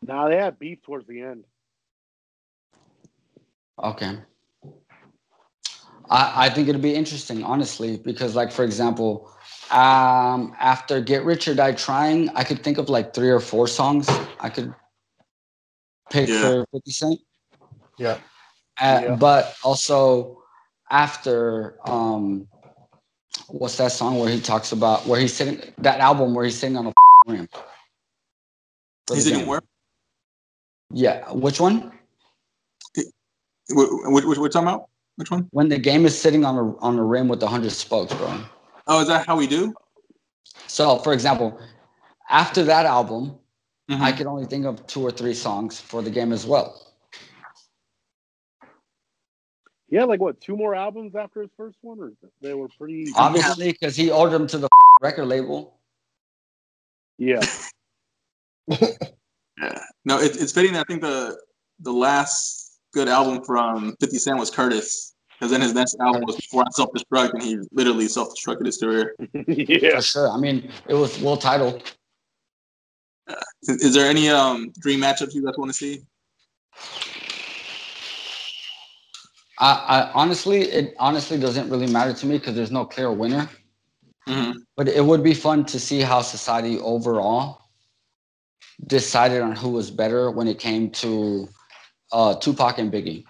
Speaker 2: Now they had beef towards the end.
Speaker 3: Okay. I, I think it'd be interesting, honestly, because like for example, um, after Get Rich or Die Trying, I could think of like three or four songs I could pick
Speaker 1: Yeah.
Speaker 3: for Fifty Cent.
Speaker 5: Yeah.
Speaker 3: Uh,
Speaker 2: Yeah.
Speaker 3: But also after um, what's that song where he talks about where he's sitting that album where he's sitting on a ramp? For
Speaker 1: He's
Speaker 3: the
Speaker 1: in
Speaker 3: game.
Speaker 1: where?
Speaker 3: Yeah, which one?
Speaker 1: Which, which, which we're talking about? Which one?
Speaker 3: When the game is sitting on a on a rim with a hundred spokes, bro.
Speaker 1: Oh, is that how we do?
Speaker 3: So, for example, after that album,
Speaker 1: Mhm.
Speaker 3: I could only think of two or three songs for the game as well.
Speaker 2: He had like what two more albums after his first one, or they were pretty.
Speaker 3: Obviously, because he owed them to the record label.
Speaker 2: Yeah,
Speaker 1: Yeah. No, it, it's fitting. that I think the the last good album from 50 Cent was Curtis, because then his next album was Before I Self Destruct, and he literally self destructed his career.
Speaker 2: yeah.
Speaker 3: For sure. I mean, it was well titled.
Speaker 1: Is, is there any um dream matchups you guys want to see?
Speaker 3: I, I honestly, it honestly doesn't really matter to me because there's no clear winner.
Speaker 1: Mhm.
Speaker 3: But it would be fun to see how society overall decided on who was better when it came to uh, Tupac and Biggie.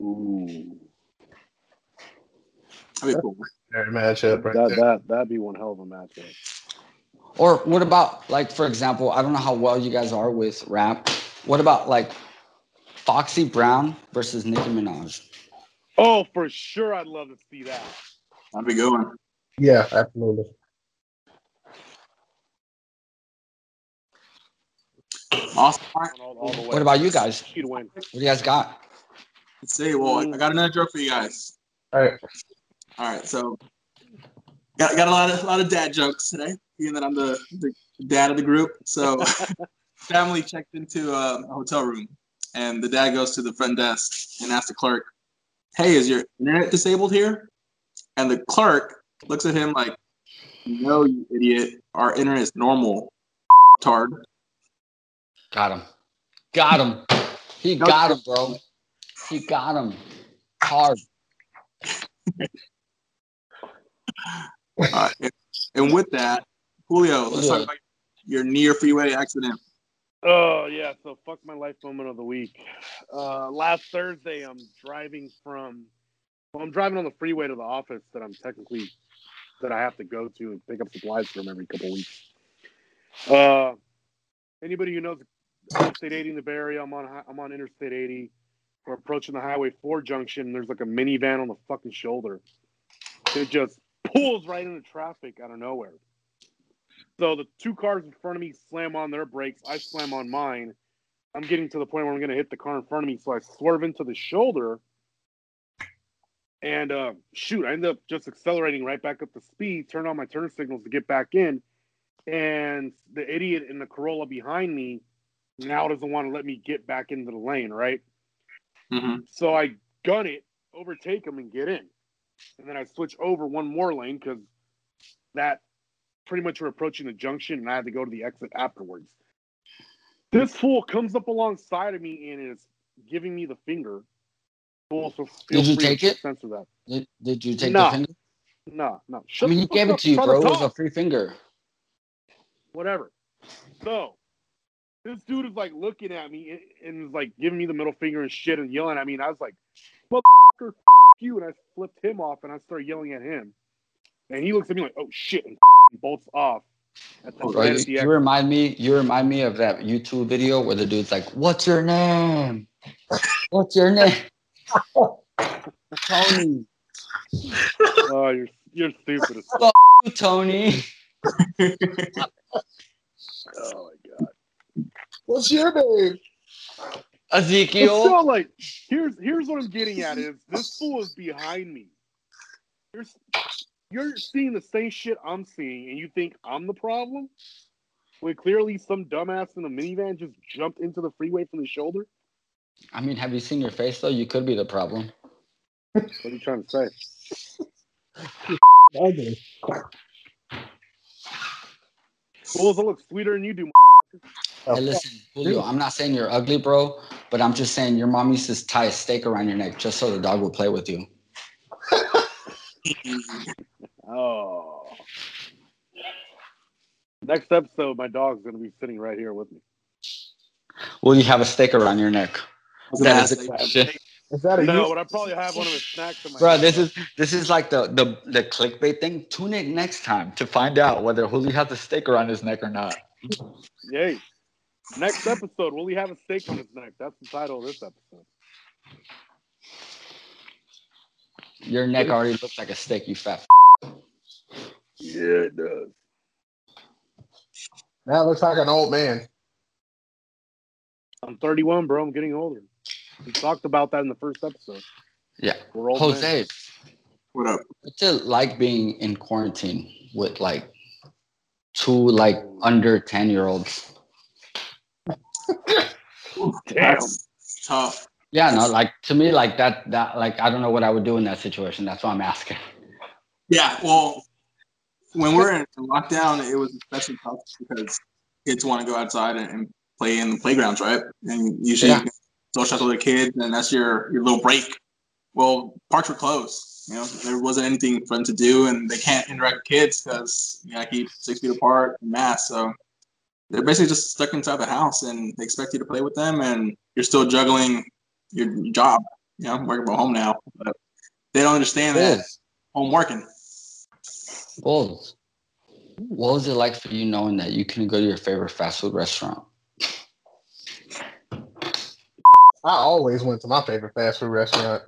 Speaker 2: Ooh,
Speaker 1: That'd be cool.
Speaker 5: Very matchup right
Speaker 2: that
Speaker 5: there.
Speaker 2: that that'd be one hell of a matchup.
Speaker 3: Or what about like for example, I don't know how well you guys are with rap. What about like Foxy Brown versus Nicki Minaj?
Speaker 2: Oh, for sure, I'd love to see that.
Speaker 1: That'd be a good one.
Speaker 5: Yeah, absolutely.
Speaker 1: Awesome. All right,
Speaker 2: All, all the way.
Speaker 3: What about you guys?
Speaker 2: She'd win.
Speaker 3: What do you guys got?
Speaker 1: let's see. Well, I got another joke for you guys.
Speaker 5: All right.
Speaker 1: All right, so got, got a lot of a lot of dad jokes today, being that I'm the, the dad of the group. So family checked into um, a hotel room, and the dad goes to the front desk and asks the clerk, "Hey, is your internet disabled here?" And the clerk looks at him like, "No, you idiot. Our internet is normal." Tard.
Speaker 3: Got him. Got him. He
Speaker 1: No,
Speaker 3: got him, bro. He got him. Hard.
Speaker 1: All right. And with that, Julio, let's talk about your near freeway accident.
Speaker 2: Oh yeah, so fuck my life moment of the week. Uh, last Thursday, I'm driving from. Well, I'm driving on the freeway to the office that I'm technically that I have to go to and pick up supplies from every couple weeks. Uh, anybody who knows Interstate 80 in the Bay Area, I'm on hi- I'm on Interstate 80. We're approaching the Highway 4 junction. There's like a minivan on the fucking shoulder. It just pulls right into traffic out of nowhere. So the two cars in front of me slam on their brakes. I slam on mine. I'm getting to the point where I'm going to hit the car in front of me. So I swerve into the shoulder. And uh, shoot, I end up just accelerating right back up to speed, turn on my turn signals to get back in. And the idiot in the Corolla behind me now doesn't want to let me get back into the lane, right?
Speaker 1: Mm-hmm.
Speaker 2: So I gun it, overtake him, and get in. And then I switch over one more lane because that pretty much we're approaching the junction, and I had to go to the exit afterwards. This fool comes up alongside of me and is giving me the finger. Fool, so feel
Speaker 3: Did you
Speaker 2: free to
Speaker 3: take it?
Speaker 2: Censor that.
Speaker 3: Did, did you take
Speaker 2: No.
Speaker 3: the finger?
Speaker 2: No, no.
Speaker 3: I
Speaker 2: Shut
Speaker 3: mean,
Speaker 2: the
Speaker 3: he
Speaker 2: fuck
Speaker 3: gave it
Speaker 2: up.
Speaker 3: to you,
Speaker 2: Try
Speaker 3: bro. It was
Speaker 2: talk.
Speaker 3: a free finger.
Speaker 2: whatever. So this dude is like looking at me and- and is like giving me the middle finger and shit and yelling at me. And I was like, motherfucker, f- you. And I flipped him off and I started yelling at him. And he looks at me like, oh shit, and bolts off. At the,
Speaker 1: Oh,
Speaker 3: Bro,
Speaker 2: right
Speaker 3: you,
Speaker 2: at the
Speaker 3: you
Speaker 2: exit.
Speaker 3: remind me. You remind me of that YouTube video where the dude's like, "What's your name? What's your name?" Tony.
Speaker 2: Oh, you're, you're stupid as fuck.
Speaker 3: Tony.
Speaker 2: Oh my God.
Speaker 5: What's your name?
Speaker 2: But
Speaker 3: Ezekiel.
Speaker 2: still, like, here's here's what I'm getting at is this fool is behind me. You're you're seeing the same shit I'm seeing, and you think I'm the problem. When clearly some dumbass in a minivan just jumped into the freeway from the shoulder.
Speaker 3: I mean, have you seen your face though? You could be the problem.
Speaker 2: What are you trying to say? Fools, I look sweeter than you do.
Speaker 3: Hey, listen, Julio, I'm not saying you're ugly, bro, but I'm just saying your mom used to tie a stake around your neck just so the dog would play with you.
Speaker 2: Oh. Next episode, my dog's gonna be sitting right here with me.
Speaker 3: Will you have a stake around your neck? That is the question.
Speaker 5: Is that a
Speaker 2: No,
Speaker 5: you?
Speaker 2: but I probably have one of his snacks in my.
Speaker 3: Bro,
Speaker 2: hand.
Speaker 3: this is this is like the the the clickbait thing. Tune in next time to find out whether Julio has a stake around his neck or not.
Speaker 2: Yay. Next episode, will he have a steak on his neck? That's the title of this episode.
Speaker 3: Your neck already looks like a steak, you fat. F-
Speaker 2: Yeah, it does.
Speaker 5: That looks like an old man.
Speaker 2: I'm 31, bro. I'm getting older. We talked about that in the first episode.
Speaker 3: yeah,
Speaker 2: We're old men.
Speaker 3: Jose,
Speaker 1: What up?
Speaker 3: what's it like being in quarantine with like two like under ten year olds?
Speaker 2: Damn.
Speaker 1: That's tough.
Speaker 3: Yeah, no, like to me, like that, that, like I don't know what I would do in that situation. That's why I'm asking.
Speaker 1: Yeah. Well, when we're in lockdown, it was especially tough because kids want to go outside and, and play in the playgrounds, right? And usually
Speaker 3: Yeah.
Speaker 1: you can socialize with the kids, and that's your your little break. Well, parks were closed. You know, there wasn't anything for them to do, and they can't interact with kids because you gotta keep six feet apart and masks. So they're basically just stuck inside the house, and they expect you to play with them, and you're still juggling your job. You know, working from home now, but they don't understand that home working.
Speaker 3: Bulls. What was it like for you knowing that you couldn't go to your favorite fast food restaurant?
Speaker 5: I always went to my favorite fast food restaurant.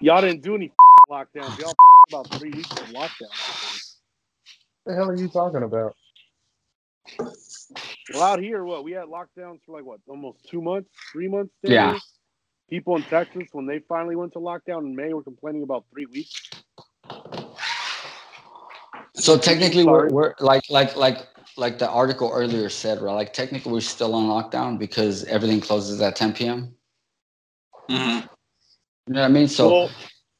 Speaker 2: Y'all didn't do any lockdowns. Y'all about three weeks of lockdown.
Speaker 5: What the hell are you talking about?
Speaker 2: Well, out here, what? We had lockdowns for like, what, almost two months, three months?
Speaker 3: Yeah.
Speaker 2: People in Texas, when they finally went to lockdown in May, were complaining about three weeks.
Speaker 3: So technically,
Speaker 2: Sorry.
Speaker 3: we're, we're like, like, like, like the article earlier said, right? Like technically, we're still on lockdown because everything closes at 10 p.m.
Speaker 1: Mhm.
Speaker 3: You know what I mean? So
Speaker 2: well,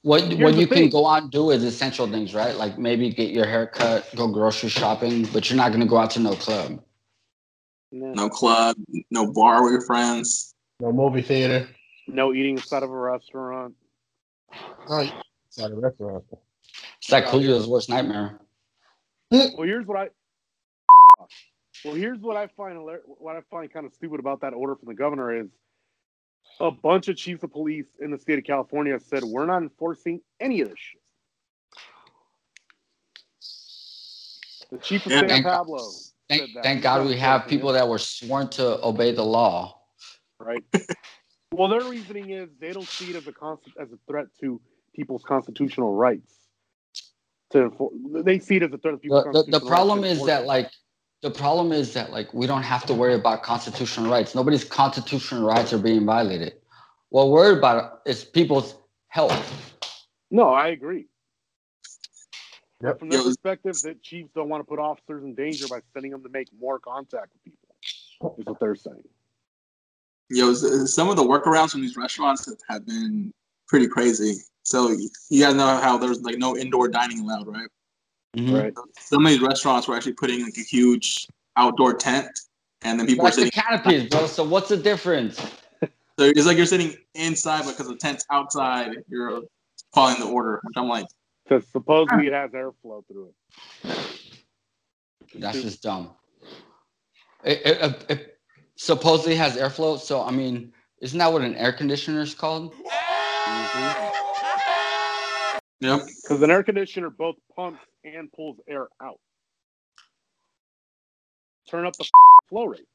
Speaker 3: what
Speaker 2: here's
Speaker 3: what
Speaker 2: the
Speaker 3: you
Speaker 2: thing.
Speaker 3: can go out and do is essential things, right? Like maybe get your hair cut, go grocery shopping, but you're not gonna go out to no club.
Speaker 2: no,
Speaker 1: No club, no bar with your friends.
Speaker 5: No movie theater.
Speaker 2: no eating inside of a restaurant.
Speaker 5: Oh, you- inside a restaurant.
Speaker 3: It's like Julio's worst nightmare.
Speaker 2: Well, here's what I. Well, here's what I find hilar- what I find kind of stupid about that order from the governor is a bunch of chiefs of police in the state of California said we're not enforcing any of this shit. The chief of
Speaker 1: Yeah.
Speaker 2: San
Speaker 3: Thank-
Speaker 2: Pablo said
Speaker 3: Thank,
Speaker 2: that.
Speaker 3: thank God we have people that were sworn to obey the law.
Speaker 2: right. well, their reasoning is they don't see it as a constant as a threat to people's constitutional rights. To enfor- they see it as a threat to people's
Speaker 3: The, the, the
Speaker 2: constitutional
Speaker 3: problem
Speaker 2: rights to
Speaker 3: is that
Speaker 2: enforce
Speaker 3: like the problem is that like we don't have to worry about constitutional rights. Nobody's constitutional rights are being violated. What we're worried about is people's health.
Speaker 2: it. no, I agree.
Speaker 5: Yep.
Speaker 2: From their
Speaker 1: Yo,
Speaker 2: perspective, that Chiefs don't want to put officers in danger by sending them to make more contact with people. Is what they're saying.
Speaker 1: You know, s- some of the workarounds from these restaurants have- have been pretty crazy. So you guys know how there's like no indoor dining allowed, right?
Speaker 3: Mhm.
Speaker 2: Right.
Speaker 1: Some of these restaurants were actually putting like a huge outdoor tent, and then people were
Speaker 3: That's the
Speaker 1: sitting.
Speaker 3: canopies, bro. So what's the difference?
Speaker 1: So it's like you're sitting inside because the tent's outside. You're following the order, which I'm like,
Speaker 2: Because supposedly it has airflow through it.
Speaker 3: That's just dumb. It, it, it- it supposedly has airflow. So I mean, isn't that what an air conditioner is called?
Speaker 1: yep.
Speaker 2: Because an air conditioner both pumps and pulls air out. Turn up the flow rate.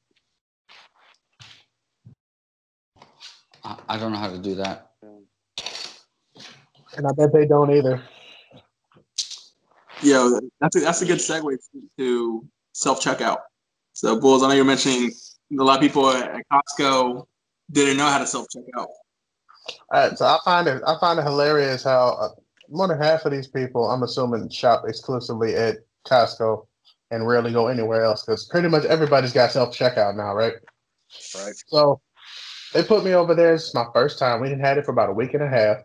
Speaker 3: I, I don't know how to do that.
Speaker 5: And I bet they don't either.
Speaker 1: Yo, that's a, that's a good segue to self checkout. So, Bulls, I know you're mentioning a lot of people at at Costco didn't know how to self checkout.
Speaker 5: All right, so I find it I find it hilarious how uh, more than half of these people, I'm assuming, shop exclusively at Costco and rarely go anywhere else because pretty much everybody's got self checkout now, right?
Speaker 2: Right.
Speaker 5: So they put me over there. It's my first time. We didn't had it for about a week and a half,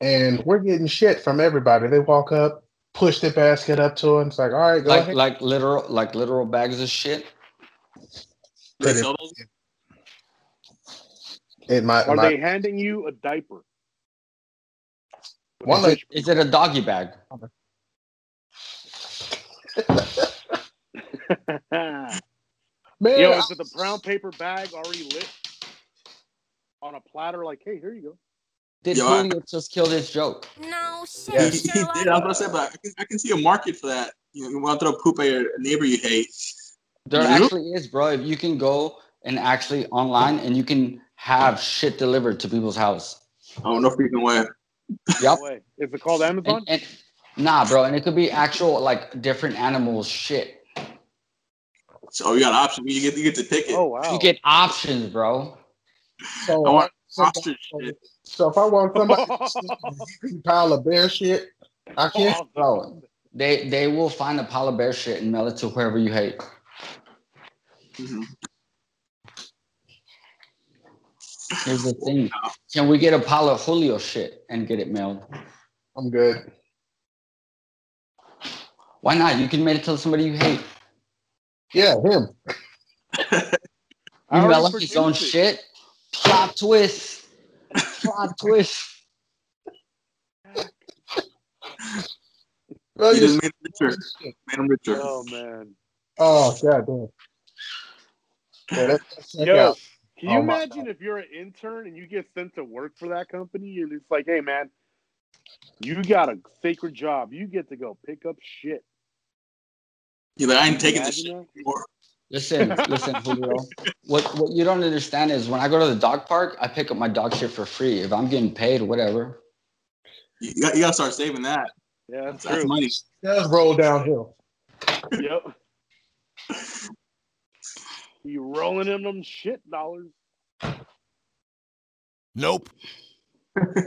Speaker 5: and we're getting shit from everybody. They walk up, push their basket up to them. It's like, all right, go
Speaker 3: Like
Speaker 5: ahead.
Speaker 3: like literal like literal bags of shit.
Speaker 1: Do they
Speaker 5: Pretty-
Speaker 1: sell those?
Speaker 5: It might,
Speaker 2: Are
Speaker 5: might-
Speaker 2: they handing you a diaper?
Speaker 5: One
Speaker 3: Is it- is it a doggy bag?
Speaker 2: Yo,
Speaker 5: man. I-
Speaker 2: is it the brown paper bag already lit on a platter? Like, hey, here you go.
Speaker 3: Did
Speaker 1: Yo, I-
Speaker 3: Julio just kill this joke?
Speaker 4: No
Speaker 1: He,
Speaker 4: shit,
Speaker 1: he did.
Speaker 4: Sherlock.
Speaker 1: I was gonna say, but I can, I can see a market for that. You, know, you want to throw poop at your neighbor you hate.
Speaker 3: There
Speaker 1: Nope.
Speaker 3: actually is, bro. If you can go and actually online and you can have shit delivered to people's house.
Speaker 1: Oh no freaking way!
Speaker 3: Yep.
Speaker 2: No way. Is it called Amazon?
Speaker 3: And, and nah, bro, and it could be actual like different animals shit.
Speaker 1: So you got options. You get you get to pick it.
Speaker 2: oh wow.
Speaker 3: You get options, bro.
Speaker 5: so,
Speaker 1: I want
Speaker 2: oh,
Speaker 5: so-
Speaker 1: ostrich shit.
Speaker 5: so if I want somebody to pile of bear shit, I can't.
Speaker 3: Bro, they they will find a pile of bear shit and mail it to whoever you hate.
Speaker 2: Mm-hmm.
Speaker 1: Mhm.
Speaker 3: Here's the thing. Can we get a pile of Julio shit and get it mailed?
Speaker 5: I'm good.
Speaker 3: Why not? You can mail it to somebody you hate.
Speaker 5: Yeah, him.
Speaker 2: I
Speaker 3: You
Speaker 2: already
Speaker 3: mail him his own
Speaker 2: produced it.
Speaker 3: shit. Plot twist. Plot twist.
Speaker 5: Well,
Speaker 1: You
Speaker 5: you-
Speaker 1: just made him richer. Made him richer.
Speaker 2: Oh man.
Speaker 5: Oh god damn. Yeah, that's, check
Speaker 2: Yo,
Speaker 5: out.
Speaker 2: Can
Speaker 5: Oh,
Speaker 2: you
Speaker 5: my
Speaker 2: imagine if you're an intern and you get sent to work for that company and it's like, hey man, you got a sacred job. You get to go pick up shit.
Speaker 1: You're like, I ain't taking this shit
Speaker 2: Imagine
Speaker 1: anymore.
Speaker 3: Listen, listen, Julio. What what you don't understand is when I go to the dog park, I pick up my dog shit for free. If I'm getting paid, whatever.
Speaker 1: You, got, you gotta start saving that.
Speaker 2: that? Yeah, that's
Speaker 1: That's, that's
Speaker 2: true.
Speaker 1: money.
Speaker 5: It does roll downhill.
Speaker 2: yep. You rolling in them shit dollars.
Speaker 6: Nope.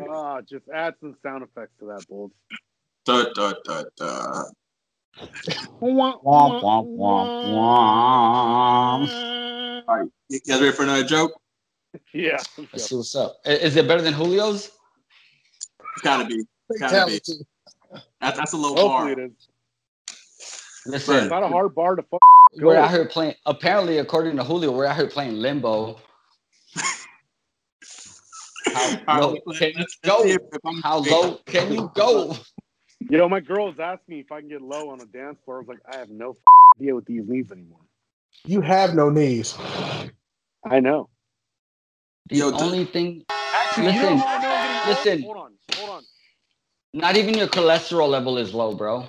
Speaker 2: Ah, just add some sound effects to that, Bulls.
Speaker 1: Duh, duh, duh, duh.
Speaker 3: Womp, womp, womp, womp.
Speaker 1: You guys ready for another joke?
Speaker 2: Yeah.
Speaker 3: Let's see what's up. I- Is it better than Julio's?
Speaker 1: It's gotta be. It's gotta be.
Speaker 5: Fatality.
Speaker 1: That, that's a low
Speaker 2: Hopefully
Speaker 1: bar.
Speaker 2: it is. It's
Speaker 3: Listen,
Speaker 2: not a hard bar to fuck.
Speaker 3: we're
Speaker 2: go.
Speaker 3: out here playing. Apparently, according to Julio, we're out here playing limbo. How
Speaker 1: All right,
Speaker 3: low
Speaker 1: let's-
Speaker 3: can you
Speaker 1: let's- let's see if-
Speaker 3: go?
Speaker 1: if I'm-
Speaker 3: How low can you go?
Speaker 2: You know, my girls asked me if I can get low on a dance floor. I was like, I have no f- idea with these knees anymore.
Speaker 5: You have no knees.
Speaker 2: I know.
Speaker 3: The
Speaker 1: Yo, d-
Speaker 3: only thing,
Speaker 2: Actually, you
Speaker 3: Listen,
Speaker 2: know how I know I'm getting
Speaker 3: listen.
Speaker 2: old? Hold on, hold on.
Speaker 3: not even your cholesterol level is low, bro.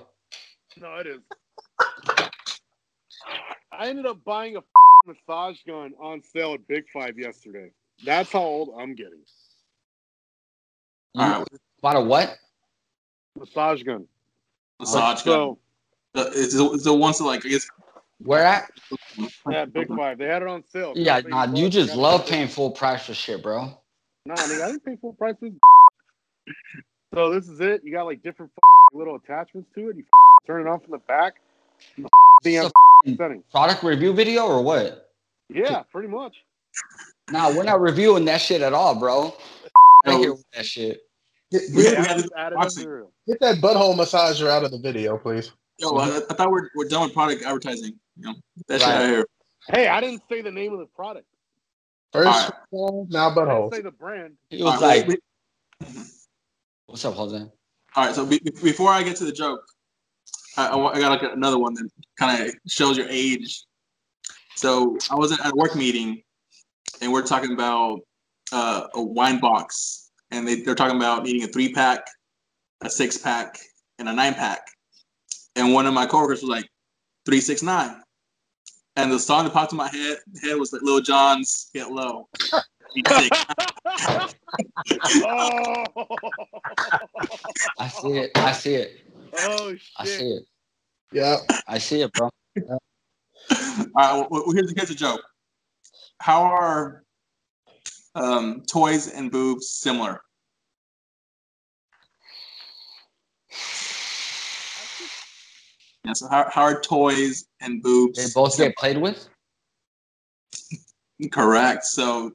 Speaker 2: No, it is. I ended up buying a massage gun on sale at Big Five yesterday. That's how old I'm getting.
Speaker 3: You
Speaker 1: All right,
Speaker 3: bought a what?
Speaker 2: Massage gun.
Speaker 1: massage gun.
Speaker 2: So
Speaker 1: Uh, It's, the- it's the ones that like I guess.
Speaker 3: Where at?
Speaker 2: yeah, Big Five. They had it on sale.
Speaker 3: Yeah,
Speaker 2: They
Speaker 3: nah, you
Speaker 2: bought-
Speaker 3: just love paying full price for shit, bro.
Speaker 2: Nah, nigga, I didn't pay full price for this. So this is it. You got like different little attachments to it. You turn it on from the back. and The
Speaker 3: It's
Speaker 2: damn
Speaker 3: a
Speaker 2: settings.
Speaker 3: product review video or what?
Speaker 2: Yeah, pretty much.
Speaker 3: Nah, we're not reviewing that shit at all, bro. I
Speaker 1: No.
Speaker 3: hear that shit.
Speaker 5: Get,
Speaker 1: Yeah,
Speaker 5: get,
Speaker 1: we had
Speaker 2: Added-
Speaker 1: this
Speaker 2: added
Speaker 1: boxing.
Speaker 2: material.
Speaker 5: get that butthole massager out of the video, please.
Speaker 1: Yo, I, I thought we're, we're done with product advertising. You know, that shit
Speaker 3: Right.
Speaker 1: out of here.
Speaker 2: Hey, I didn't say the name of the product.
Speaker 5: First,
Speaker 1: Alright.
Speaker 5: butthole, now
Speaker 2: I
Speaker 3: Oh.
Speaker 2: didn't
Speaker 5: butthole.
Speaker 2: say the brand.
Speaker 3: He
Speaker 1: All
Speaker 3: was
Speaker 1: right,
Speaker 3: like,
Speaker 1: wait,
Speaker 3: "What's up, Jose?"
Speaker 1: all right. So be, be- before I get to the joke, I, I, want- I got like another one that kind of shows your age. So I was at a work meeting, and we're talking about uh, a wine box, and they, they're talking about needing a three pack, a six pack, and a nine pack. And one of my coworkers was like, three six nine. And the song that popped in my head head was like Lil John's "Get Low."
Speaker 2: oh,
Speaker 3: I see it. I see it.
Speaker 2: oh
Speaker 3: I
Speaker 2: shit.
Speaker 3: see it.
Speaker 5: Yeah.
Speaker 3: I see it, bro.
Speaker 1: All right. Well, well, here's, here's a joke. How are um, toys and boobs similar? Yeah, so how, how are toys and boobs
Speaker 3: They both
Speaker 1: similar?
Speaker 3: get played with.
Speaker 1: correct? So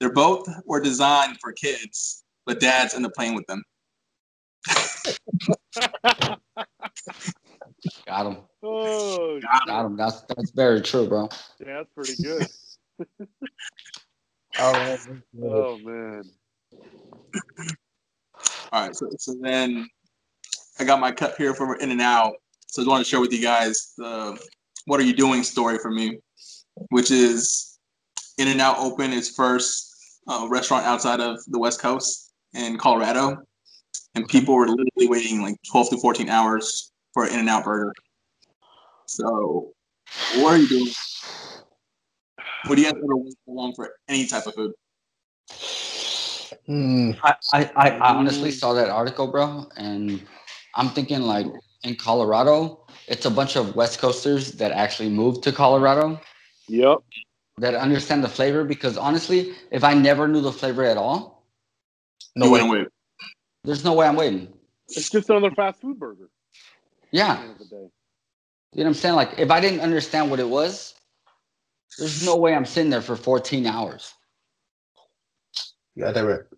Speaker 1: they're both were designed for kids, but dads end up playing with them.
Speaker 3: Got him.
Speaker 2: Oh, shit.
Speaker 3: Got him. That's that's very true, bro.
Speaker 2: yeah, that's pretty good.
Speaker 5: All right. All
Speaker 2: Oh man.
Speaker 1: All right. So, so then I got my cup here from In and Out. So I just wanted to share with you guys the "What Are You Doing" story for me, which is In and Out opened its first uh, restaurant outside of the West Coast in Colorado, and people were literally waiting like 12 to 14 hours for an In and Out burger. So, what are you doing? What do you guys ever wait so long for any type of food?
Speaker 5: Hmm.
Speaker 3: I, I, I I honestly saw that article, bro, and I'm thinking like in Colorado, it's a bunch of West Coasters that actually moved to Colorado
Speaker 2: Yep.
Speaker 3: that understand the flavor. Because honestly, if I never knew the flavor at all,
Speaker 5: No
Speaker 1: you
Speaker 5: way.
Speaker 1: wouldn't wait.
Speaker 3: there's no way I'm waiting.
Speaker 2: It's just another fast food burger. At the
Speaker 3: Yeah,
Speaker 2: end of the day.
Speaker 3: you know what I'm saying. Like if I didn't understand what it was, there's no way I'm sitting there for 14 hours.
Speaker 5: Yeah, they were.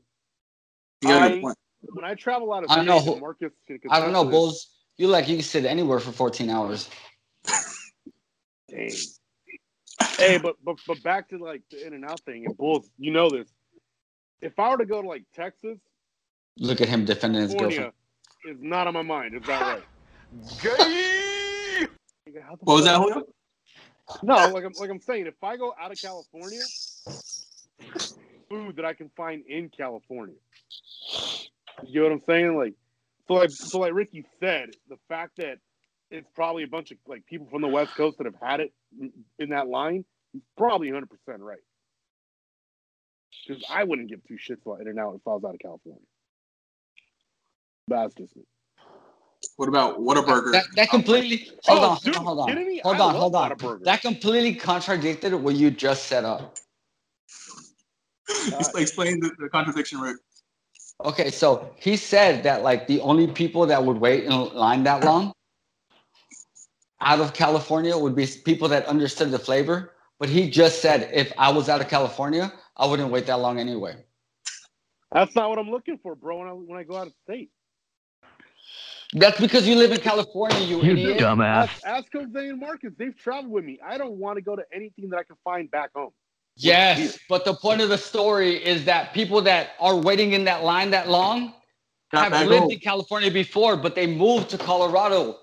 Speaker 1: You got a good
Speaker 2: I-
Speaker 1: point.
Speaker 2: When I travel out of
Speaker 3: I don't know
Speaker 2: state,
Speaker 3: who-
Speaker 2: Marcus can
Speaker 3: I don't know,
Speaker 2: confirm this.
Speaker 3: Bulls. You like you can sit anywhere for 14 hours.
Speaker 2: Dang. Hey, but, but but back to like the in and out thing and bulls, you know this. If I were to go to like Texas,
Speaker 3: Look at him defending his girlfriend.
Speaker 2: California is not on my mind. Is that right? Nigga, how the
Speaker 1: What was that,
Speaker 2: fuck-
Speaker 1: Julio?
Speaker 2: No, like I'm like I'm saying, if I go out of California, food that I can find in California. You know what I'm saying? Like, so like so like Ricky said, the fact that it's probably a bunch of like people from the West Coast that have had it in that line, he's probably 100 percent right. Because I wouldn't give two shits about In and Out if I was out of California. That's just me.
Speaker 1: What about Whataburger?
Speaker 3: That, that completely. Hold
Speaker 2: Oh,
Speaker 3: on,
Speaker 2: dude,
Speaker 3: hold on,
Speaker 2: kidding me?
Speaker 3: hold
Speaker 2: I
Speaker 3: on,
Speaker 2: love
Speaker 3: hold on, hold on.
Speaker 2: Whataburger.
Speaker 3: That completely contradicted what you just set up.
Speaker 1: Ex- Explain the, the contradiction, Rick.
Speaker 3: Okay, so he said that like the only people that would wait in line that long out of California would be people that understood the flavor. But he just said if I was out of California, I wouldn't wait that long anyway.
Speaker 2: That's not what I'm looking for, bro. When I when I go out of state.
Speaker 3: That's because you live in California, you, idiot.
Speaker 2: Ask, ask Jose and Marcus. They've traveled with me. I don't want to go to anything that I can find back home.
Speaker 3: Yes, but the point of the story is that people that are waiting in that line that long
Speaker 1: Got
Speaker 3: have
Speaker 1: back
Speaker 3: lived
Speaker 1: home
Speaker 3: in California before, but they moved to Colorado.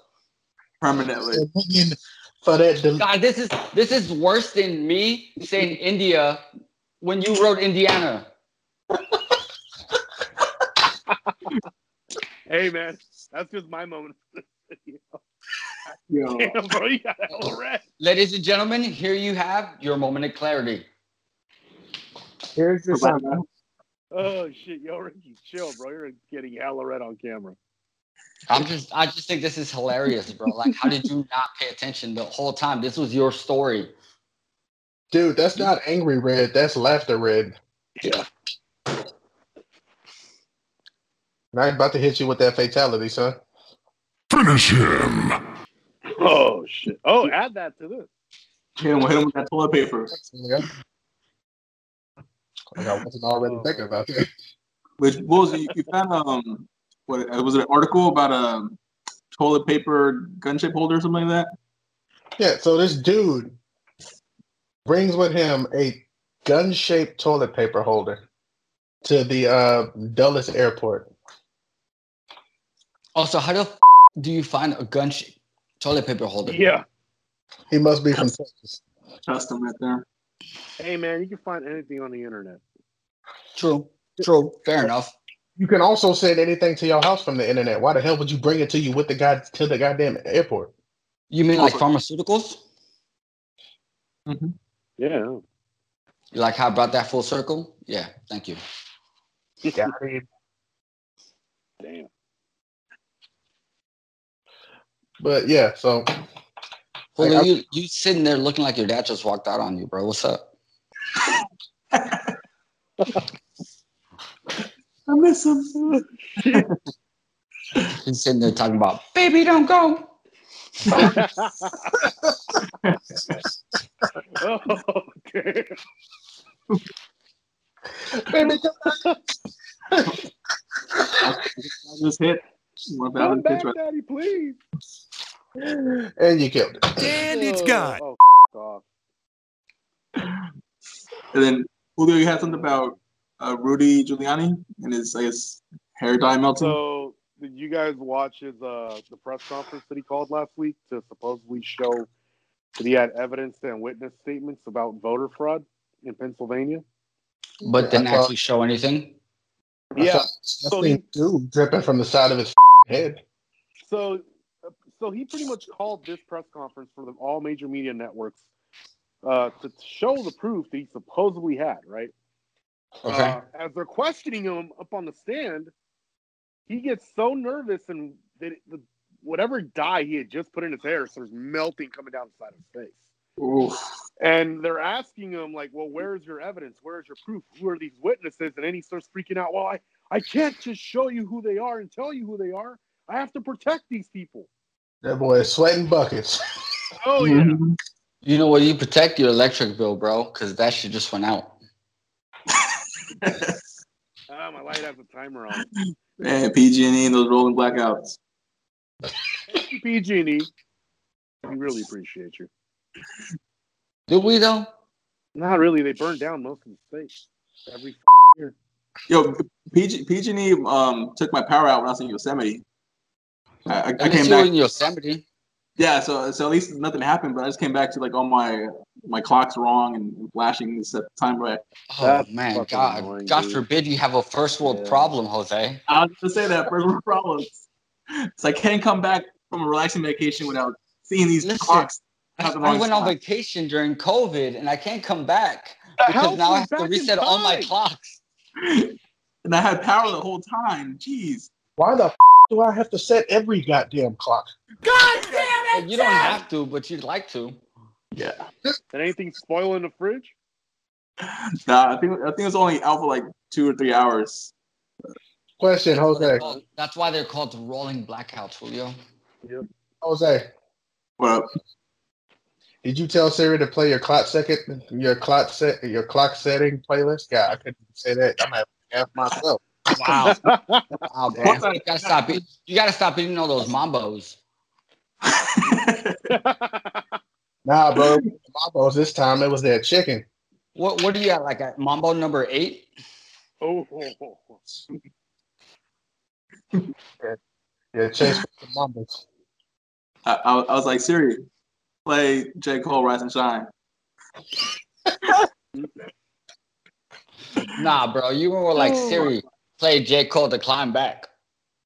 Speaker 1: permanently.
Speaker 5: They wouldn't, for that. Del-
Speaker 3: God, this is this is worse than me saying India when you wrote Indiana.
Speaker 2: Hey man, that's just my moment.
Speaker 1: You know,
Speaker 2: Damn, bro, you got hella red.
Speaker 3: Ladies and gentlemen, here you have your moment of clarity.
Speaker 5: Here's your sign.
Speaker 2: Oh shit, yo, Ricky, chill, bro. You're getting hella red on camera.
Speaker 3: I'm just I just think this is hilarious, bro. Like, how did you not pay attention the whole time? This was your story.
Speaker 5: Dude, that's not angry red. That's laughter red.
Speaker 2: Yeah.
Speaker 5: And I'm about to hit you with that fatality, son.
Speaker 6: Finish him!
Speaker 2: Oh shit. Oh, add that to this.
Speaker 1: hit him, hit him with that toilet paper.
Speaker 5: Yeah. Like I wasn't already thinking about that.
Speaker 1: Which what was it? You- You found um, what uh, was it? An article about um, toilet paper gun chip holder or something like that.
Speaker 5: Yeah, so this dude brings with him a gun shaped toilet paper holder to the uh, Dulles airport.
Speaker 3: Also, how the f- do you find a gun sh- toilet paper holder?
Speaker 2: Yeah.
Speaker 5: He must be from Texas.
Speaker 1: Custom right there.
Speaker 2: Hey man, you can find anything on the internet.
Speaker 3: True. True. Fair enough.
Speaker 5: You can also send anything to your house from the internet. Why the hell would you bring it to you with the guy to the goddamn airport?
Speaker 3: You mean like pharmaceuticals?
Speaker 2: Yeah.
Speaker 3: You like how I brought that full circle? Yeah. Thank you.
Speaker 5: Yeah, I mean,
Speaker 2: Damn.
Speaker 5: but yeah, so
Speaker 3: Well,
Speaker 5: Like, I-
Speaker 3: you you sitting there looking like your dad just walked out on you, bro. What's up?
Speaker 1: I miss him.
Speaker 3: He's sitting there talking about, baby, don't go.
Speaker 2: oh damn.
Speaker 5: baby,
Speaker 1: I just hit. What about
Speaker 2: Come
Speaker 1: the pitch
Speaker 2: back,
Speaker 1: right
Speaker 2: daddy, please.
Speaker 5: and you killed it.
Speaker 4: And it's
Speaker 2: Oh,
Speaker 4: gone.
Speaker 2: Oh, f- off.
Speaker 1: And then Julio, you had something about uh, Rudy Giuliani and his, I guess, hair dye melting.
Speaker 2: So did you guys watch his uh the press conference that he called last week to supposedly show that he had evidence and witness statements about voter fraud in Pennsylvania?
Speaker 3: But didn't
Speaker 5: I saw-
Speaker 3: actually show anything.
Speaker 5: I
Speaker 2: Yeah.
Speaker 5: saw- I
Speaker 2: So
Speaker 5: seen
Speaker 2: he-
Speaker 5: dude dripping from the side of his head.
Speaker 2: So, so he pretty much called this press conference for the, all major media networks uh, to show the proof that he supposedly had. Right.
Speaker 3: Okay.
Speaker 2: Uh, as they're questioning him up on the stand, he gets so nervous and that it- the, whatever dye he had just put in his hair starts melting coming down the side of his face.
Speaker 1: Oof.
Speaker 2: And they're asking him, like, well, where's your evidence? Where's your proof? Who are these witnesses? And then he starts freaking out. Well, I, I can't just show you who they are and tell you who they are. I have to protect these people.
Speaker 5: That boy is sweating buckets.
Speaker 2: Oh, yeah.
Speaker 1: Mhm.
Speaker 3: You know what? You protect your electric bill, bro, because that shit just went out.
Speaker 2: Ah, my light has a timer on.
Speaker 1: Man, PG&E and those rolling blackouts.
Speaker 2: Thank you, PG&E. E, We really appreciate you.
Speaker 3: Did we though?
Speaker 2: Not really. They burned down most of the state. Every
Speaker 1: Yo, PG, PG&E um, took my power out when I was in Yosemite. I, I, I
Speaker 3: Unless
Speaker 1: came
Speaker 3: you were
Speaker 1: back.
Speaker 3: in Yosemite.
Speaker 1: Yeah, so so at least nothing happened, but I just came back to like all my my clocks wrong and, and flashing this at the time right.
Speaker 3: Oh
Speaker 2: That's
Speaker 3: man,
Speaker 2: fucking
Speaker 3: God,
Speaker 2: annoying,
Speaker 3: God
Speaker 2: dude.
Speaker 3: forbid you have a first world
Speaker 2: Yeah.
Speaker 3: problem, Jose.
Speaker 1: I was gonna say that for real problems. So I can't come back from a relaxing vacation without seeing these
Speaker 3: Listen,
Speaker 1: clocks. at the
Speaker 3: I
Speaker 1: wrong
Speaker 3: went on
Speaker 1: time.
Speaker 3: vacation during COVID, and I can't come back
Speaker 2: house
Speaker 3: because now
Speaker 2: is
Speaker 3: I have to
Speaker 2: back in
Speaker 3: reset all my
Speaker 2: time.
Speaker 3: clocks.
Speaker 1: and I had power the whole time. Jeez.
Speaker 5: Why the f- do I have to set every goddamn clock?
Speaker 3: Well, you don't have to, but you'd like to.
Speaker 1: Yeah.
Speaker 2: Did anything spoil in the fridge?
Speaker 1: Nah, I think I think it was only out for like two or three hours.
Speaker 5: Question, Jose.
Speaker 3: Well, that's why they're called rolling blackouts, Julio.
Speaker 5: Jose,
Speaker 1: But
Speaker 5: did you tell Siri to play your clock second, your clock set, your clock setting playlist? Yeah, I couldn't say that. I'm at half myself.
Speaker 3: Wow.
Speaker 2: Wow.
Speaker 3: wow bro.
Speaker 1: Damn.
Speaker 3: You gotta stop eat- You gotta stop eating all those mambos.
Speaker 5: Nah, bro. Mambo's this time. It was that chicken.
Speaker 3: What what are you at? Like at mambo number eight?
Speaker 2: oh,
Speaker 5: Yeah, Chase with the Mambo's.
Speaker 1: I, I, I was like, Siri, play J. Cole Rise and Shine.
Speaker 3: Nah, bro, you were like Siri. Play J Cole to climb back.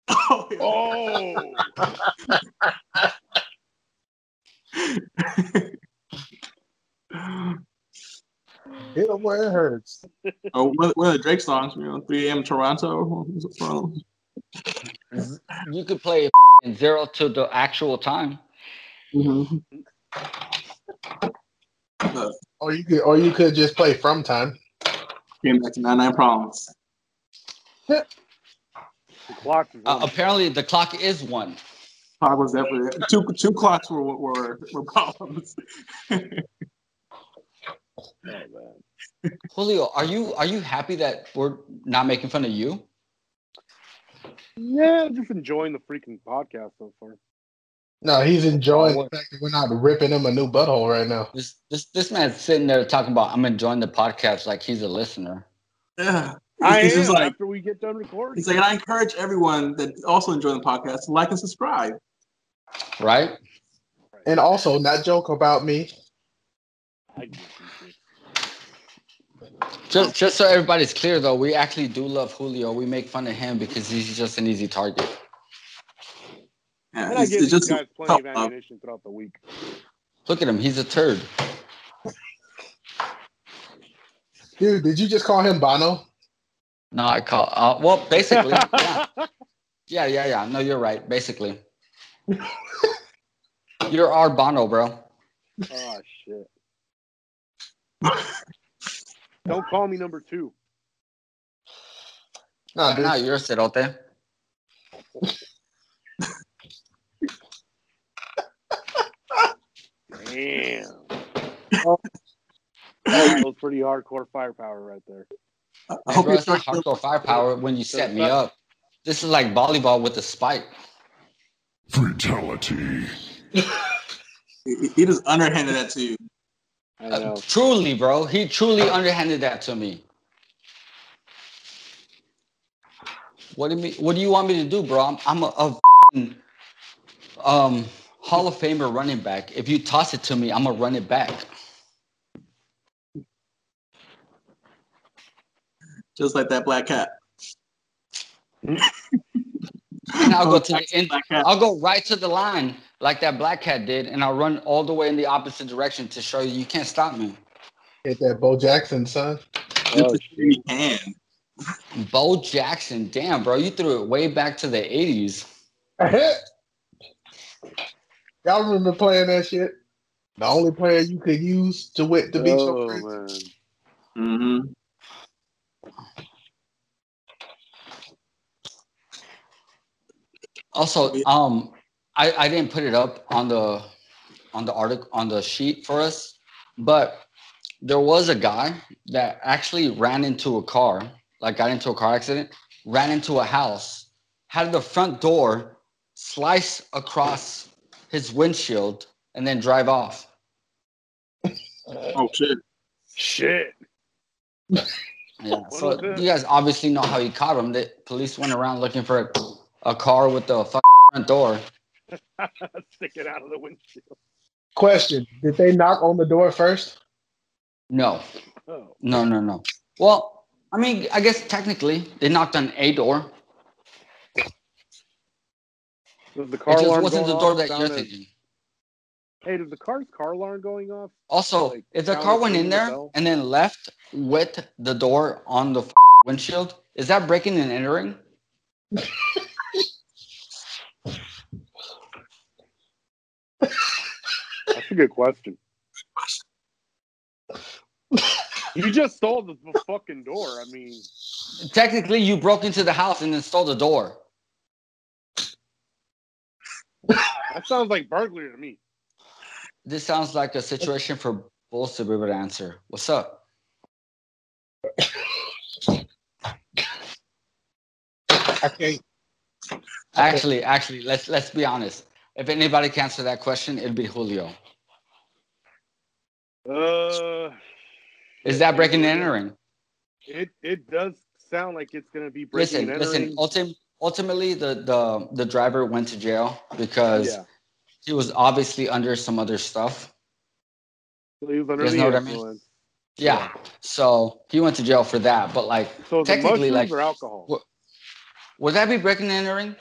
Speaker 1: Oh, yeah.
Speaker 2: Oh,
Speaker 5: Hit 'em where it hurts.
Speaker 1: Oh, one of one of the Drake songs, you know, 3 a.m. Toronto. what was it from?
Speaker 3: Z- You could play f***ing zero to the actual time.
Speaker 5: Or you could, or you could just play from time.
Speaker 1: Came back to 99 Problems.
Speaker 2: the clock is
Speaker 3: Uh,
Speaker 2: on.
Speaker 3: apparently, the clock is one.
Speaker 1: Clock was definitely two. Two clocks were were, were problems.
Speaker 2: Oh, man.
Speaker 3: Julio, are you are you happy that we're not making fun of you?
Speaker 2: Yeah, just enjoying the freaking podcast so far.
Speaker 5: No, he's enjoying
Speaker 3: Oh,
Speaker 5: the fact that we're not ripping him a new butthole right now.
Speaker 3: This this this man's sitting there talking about I'm enjoying the podcast like he's a listener.
Speaker 1: Yeah.
Speaker 2: I
Speaker 1: He's just
Speaker 2: am
Speaker 1: like,
Speaker 2: after we get done recording.
Speaker 1: he's like, and I encourage everyone that also enjoy the podcast to like and subscribe.
Speaker 3: Right?
Speaker 5: And also, not joke about me.
Speaker 2: I do appreciate
Speaker 3: Just just so everybody's clear though, we actually do love Julio. We make fun of him because he's just an easy target.
Speaker 1: Yeah,
Speaker 2: it. And I
Speaker 1: it's-
Speaker 2: give
Speaker 1: it's
Speaker 2: you
Speaker 1: just-
Speaker 2: guys plenty of
Speaker 1: help, um,
Speaker 2: ammunition throughout the week.
Speaker 3: Look at him, he's a turd.
Speaker 5: Dude, did you just call him Bono?
Speaker 3: No, I call uh, well basically yeah. yeah, yeah, yeah. No, you're right. Basically. you're our Bono, bro.
Speaker 2: Oh shit. Don't call me number two.
Speaker 5: Nah, dude.
Speaker 3: No, you're a Cerote.
Speaker 2: Damn. Oh, that was pretty hardcore firepower right there.
Speaker 1: I
Speaker 3: Hey,
Speaker 1: hope
Speaker 3: bro,
Speaker 1: you
Speaker 3: it's not
Speaker 1: enjoyed the-
Speaker 3: hardcore firepower when you set me up. This is like volleyball with a spike.
Speaker 6: Fatality.
Speaker 1: he- he just underhanded that to you.
Speaker 2: I
Speaker 3: Uh,
Speaker 2: know.
Speaker 3: truly, bro. He truly underhanded that to me. What do you mean, What do you want me to do, bro? I'm, I'm a, a f***ing, um, Hall of Famer running back. If you toss it to me, I'm gonna run it back.
Speaker 1: Just like that black cat.
Speaker 3: And I'll go to the
Speaker 1: Oh, Black
Speaker 3: end.
Speaker 1: cat.
Speaker 3: I'll go right to the line like that black cat did, and I'll run all the way in the opposite direction to show you you can't stop me.
Speaker 5: Hit that Bo Jackson, son.
Speaker 2: Oh,
Speaker 1: You can.
Speaker 3: Bo Jackson, damn, bro, you threw it way back to the '80s.
Speaker 5: Y'all remember playing that shit? The only player you could use to whip to beat your friend.
Speaker 2: Oh, man.
Speaker 1: hmm
Speaker 3: Also,
Speaker 1: Yeah.
Speaker 3: um, I, I didn't put it up on the on the article on the sheet for us, but there was a guy that actually ran into a car, like got into a car accident, ran into a house, had the front door slice across his windshield, and then drive off.
Speaker 2: Uh,
Speaker 1: Oh shit.
Speaker 2: Shit.
Speaker 3: Yeah.
Speaker 2: was
Speaker 3: So
Speaker 2: it?
Speaker 3: you guys obviously know how he caught him. The police went around looking for a, a car with the fucking front door.
Speaker 2: Stick it out of the windshield.
Speaker 5: Question Did they knock on the door first?
Speaker 3: No.
Speaker 2: Oh.
Speaker 3: No, no, no. Well, I mean, I guess technically they knocked on a door.
Speaker 2: Does the car
Speaker 3: It just
Speaker 2: alarm
Speaker 3: wasn't the
Speaker 2: going
Speaker 3: door
Speaker 2: off
Speaker 3: that
Speaker 2: down
Speaker 3: you're
Speaker 2: at-
Speaker 3: thinking.
Speaker 2: Hey, does the car's car alarm going off?
Speaker 3: Also,
Speaker 2: like,
Speaker 3: if the
Speaker 2: down
Speaker 3: car
Speaker 2: the
Speaker 3: went
Speaker 2: thing
Speaker 3: in
Speaker 2: with
Speaker 3: there
Speaker 2: the bell?
Speaker 3: and then left with the door on the f- windshield, is that breaking and entering?
Speaker 2: That's a good question. you just stole the f- fucking door. I mean,
Speaker 3: Technically, you broke into the house and then stole the door.
Speaker 2: that sounds like burglary to me.
Speaker 3: This sounds like a situation for bulls to be able to answer. What's up?
Speaker 5: I can't.
Speaker 3: Actually, actually, let's let's be honest. If anybody can answer that question, it'd be Julio.
Speaker 2: Uh,
Speaker 3: Is that breaking and entering?
Speaker 2: it it does sound like it's gonna be breaking
Speaker 3: Listen,
Speaker 2: and
Speaker 3: listen.
Speaker 2: entering.
Speaker 3: Ultim- ultimately, the, the the driver went to jail because
Speaker 2: yeah,
Speaker 3: he was obviously under some other stuff.
Speaker 2: So he was under
Speaker 3: Yes,
Speaker 2: the
Speaker 3: know what I mean?
Speaker 2: influence.
Speaker 3: Yeah. So he went to jail for that. But like,
Speaker 2: So the
Speaker 3: Technically,
Speaker 2: mushrooms
Speaker 3: like-
Speaker 2: or alcohol?
Speaker 3: What- would that be breaking and entering?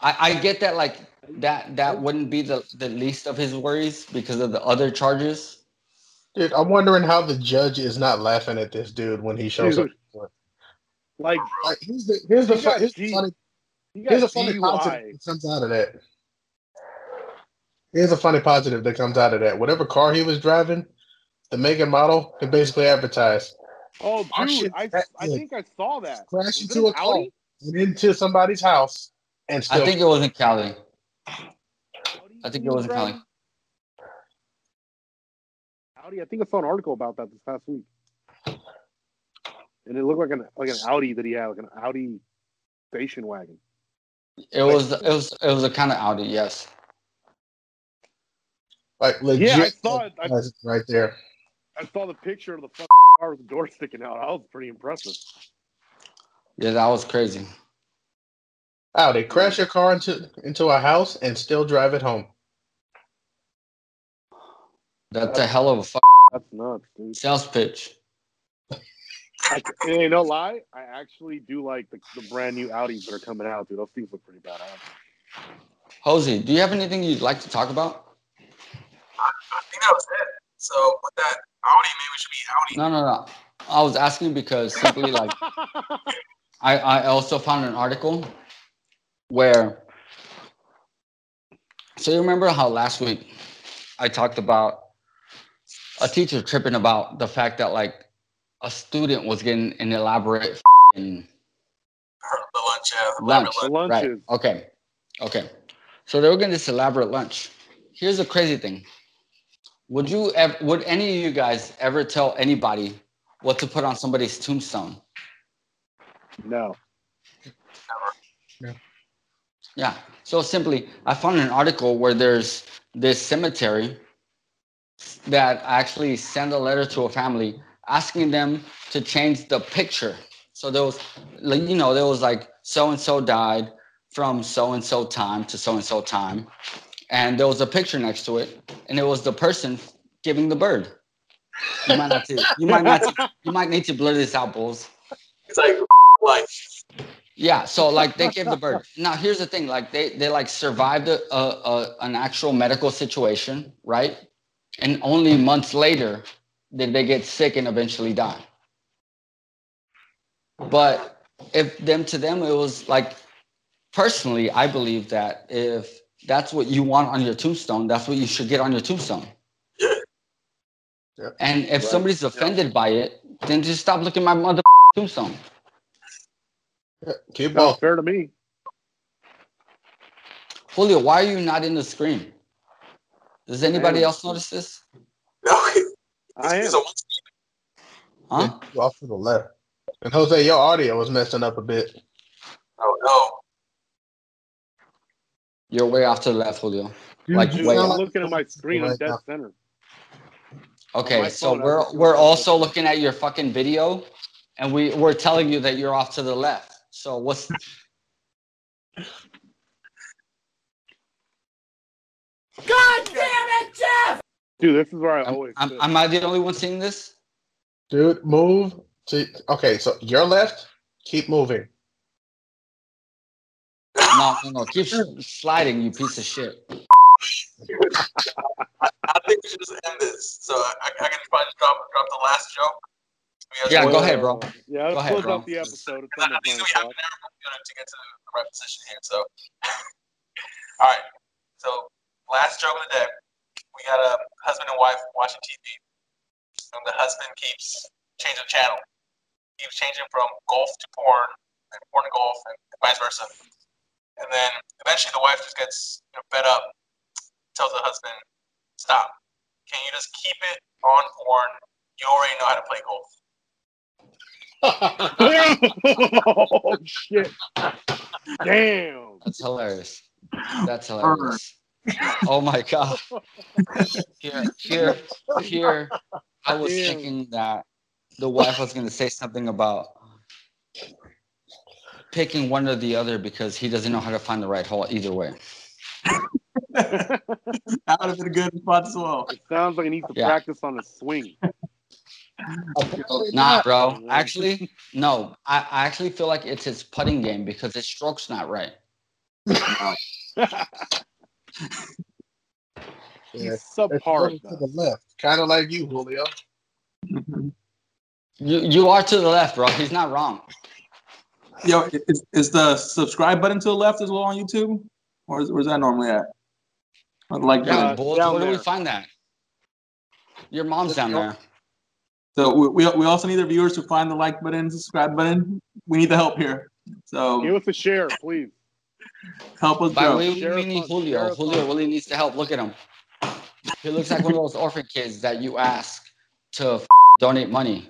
Speaker 3: I, I get that like that that wouldn't be the, the least of his worries because of the other charges.
Speaker 5: Dude, I'm wondering how the judge is not laughing at this dude when he shows up.
Speaker 2: Dude. Like
Speaker 5: Like, here's the here's the,
Speaker 2: He
Speaker 5: fu-
Speaker 2: got
Speaker 5: here's the
Speaker 2: G-
Speaker 5: funny
Speaker 2: he got
Speaker 5: here's a funny positive
Speaker 2: DUI.
Speaker 5: that comes out of that. Here's a funny positive that comes out of that. Whatever car he was driving, the make and model can basically advertise
Speaker 2: Oh,
Speaker 5: Our
Speaker 2: dude,
Speaker 5: shit
Speaker 2: I,
Speaker 5: that
Speaker 2: I
Speaker 5: good.
Speaker 2: think I saw that.
Speaker 5: crash
Speaker 2: Was it
Speaker 5: into a
Speaker 2: an
Speaker 5: car
Speaker 2: Audi?
Speaker 5: and into somebody's house and still.
Speaker 3: I think it was in Cali.
Speaker 2: Audi
Speaker 3: I think
Speaker 2: he
Speaker 3: it was in
Speaker 2: driving?
Speaker 3: Cali.
Speaker 2: Audi. I think I saw an article about that this past week, and it looked like an like an Audi that he had, like an Audi station wagon.
Speaker 3: It was it was it was a kind of Audi, yes.
Speaker 5: like legit,
Speaker 2: Yeah, I saw it. I-
Speaker 5: advertising right there.
Speaker 2: I saw the picture of the fucking car with the door sticking out. That was pretty impressive.
Speaker 3: Yeah, that was crazy.
Speaker 5: Oh, they crash your car into into a house and still drive it home.
Speaker 3: That's a hell of a f-
Speaker 2: That's nuts, dude.
Speaker 3: sales pitch.
Speaker 2: I, and ain't no lie, I actually do like the, the brand new Audis that are coming out, dude. Those things look pretty badass.
Speaker 3: Jose, do you have anything you'd like to talk about?
Speaker 1: I think that was it. So with that Audi, maybe we should be Audi.
Speaker 3: No, no, no. I was asking because simply like I, I also found an article where so you remember how last week I talked about a teacher tripping about the fact that like a student was getting an elaborate f
Speaker 1: The lunch, uh, the
Speaker 3: lunch.
Speaker 2: The lunches.
Speaker 3: Right. Okay. Okay. So they were getting this elaborate lunch. Here's the crazy thing. Would you ever, would any of you guys ever tell anybody what to put on somebody's tombstone?
Speaker 2: No.
Speaker 3: Yeah. So simply, I found an article where there's this cemetery that actually sent a letter to a family asking them to change the picture. So there was, like, you know, there was like so and so died from so and so time to so and so time, and there was a picture next to it, and it was the person giving the bird. You might not. see- you might not. You might need to blur this out, bulls.
Speaker 1: It's like life.
Speaker 3: Yeah, so like they gave the bird. Now here's the thing: like they they like survived a, a, a an actual medical situation, right? And only months later did they get sick and eventually die. But if them to them, it was like personally, I believe that if that's what you want on your tombstone, that's what you should get on your tombstone.
Speaker 5: Yeah.
Speaker 3: And
Speaker 2: Right.
Speaker 3: if somebody's offended by it, then just stop looking at my mother tombstone.
Speaker 5: Keep
Speaker 2: No,
Speaker 5: walking.
Speaker 2: fair to me.
Speaker 3: Julio, why are you not in the screen? Does anybody
Speaker 2: am.
Speaker 3: else notice this?
Speaker 1: No,
Speaker 2: I am.
Speaker 1: it's a one-
Speaker 3: Huh?
Speaker 5: You off to the left. And Jose, your audio was messing up a bit.
Speaker 1: oh, no.
Speaker 3: You're way off to the left, Julio.
Speaker 5: You
Speaker 3: Like,
Speaker 5: just
Speaker 2: Dude,
Speaker 3: wait.
Speaker 5: sound
Speaker 2: I'm
Speaker 5: like-
Speaker 2: looking at my screen. I'm
Speaker 5: Right
Speaker 2: dead
Speaker 5: now.
Speaker 2: center.
Speaker 3: Okay,
Speaker 2: Oh, My
Speaker 3: so
Speaker 2: phone, I
Speaker 3: we're
Speaker 2: was-
Speaker 3: we're also looking at your fucking video, and we we're telling you that you're off to the left. So what's
Speaker 2: Dude, this is where I
Speaker 3: I'm,
Speaker 2: always
Speaker 3: I'm,
Speaker 2: sit.
Speaker 3: am I the only one seeing this?
Speaker 5: Dude, move to okay, so your left, keep moving.
Speaker 3: No, no, no. Keep s- sliding, you piece of shit.
Speaker 1: I think we should just end this. So I, I I can probably just drop drop the last joke. We
Speaker 3: Yeah,
Speaker 1: have
Speaker 3: go
Speaker 1: to-
Speaker 3: ahead, bro.
Speaker 2: Yeah, let's
Speaker 3: Go ahead,
Speaker 2: close
Speaker 3: bro.
Speaker 2: out the episode. It's
Speaker 1: I think
Speaker 2: almost
Speaker 1: we have an
Speaker 2: nine
Speaker 1: hour
Speaker 2: o'clock.
Speaker 1: you know, to get to the right position here. So, all right. So last joke of the day, we got a husband and wife watching TV, and the husband keeps changing channel. Keeps changing from golf to porn, and porn to golf, and vice versa. And then eventually, the wife just gets you know, fed up, tells the husband, "Stop. Can you just keep it on porn? You already know how to play golf."
Speaker 2: oh shit! Oh, Damn.
Speaker 3: That's hilarious. That's hilarious. Oh my god. Here, here, here. I was
Speaker 2: Damn.
Speaker 3: thinking that the wife was gonna say something about picking one or the other because he doesn't know how to find the right hole either way.
Speaker 1: that would have been a good spot as well.
Speaker 2: It sounds like he needs to
Speaker 3: Yeah.
Speaker 2: practice on a swing.
Speaker 3: Nah, bro. Actually, no. I, I actually feel like it's his putting game because his stroke's not right.
Speaker 5: Yeah.
Speaker 2: He's
Speaker 5: It's
Speaker 2: subpar.
Speaker 5: going to the left, kind of like you, Julio.
Speaker 3: You you are to the left, bro. He's not wrong.
Speaker 1: Yo, is, is the subscribe button to the left as well on YouTube, or is, where's that normally at? I'd like
Speaker 3: Yeah,
Speaker 1: that.
Speaker 2: Uh,
Speaker 3: bull.
Speaker 2: down
Speaker 3: Where do we
Speaker 2: there.
Speaker 3: find that? Your mom's down there.
Speaker 1: So we, we, we also need the viewers to find the like button, subscribe button. We need the help here.
Speaker 2: Give
Speaker 1: So
Speaker 2: us a share, please.
Speaker 1: help us
Speaker 3: By the
Speaker 1: grow.
Speaker 3: way, we, we
Speaker 2: Sheriff
Speaker 3: need
Speaker 2: on-
Speaker 3: Julio.
Speaker 2: sheriff
Speaker 3: Julio
Speaker 2: on-
Speaker 3: really needs to help. Look at him. He looks like one of those orphan kids that you ask to f- donate money.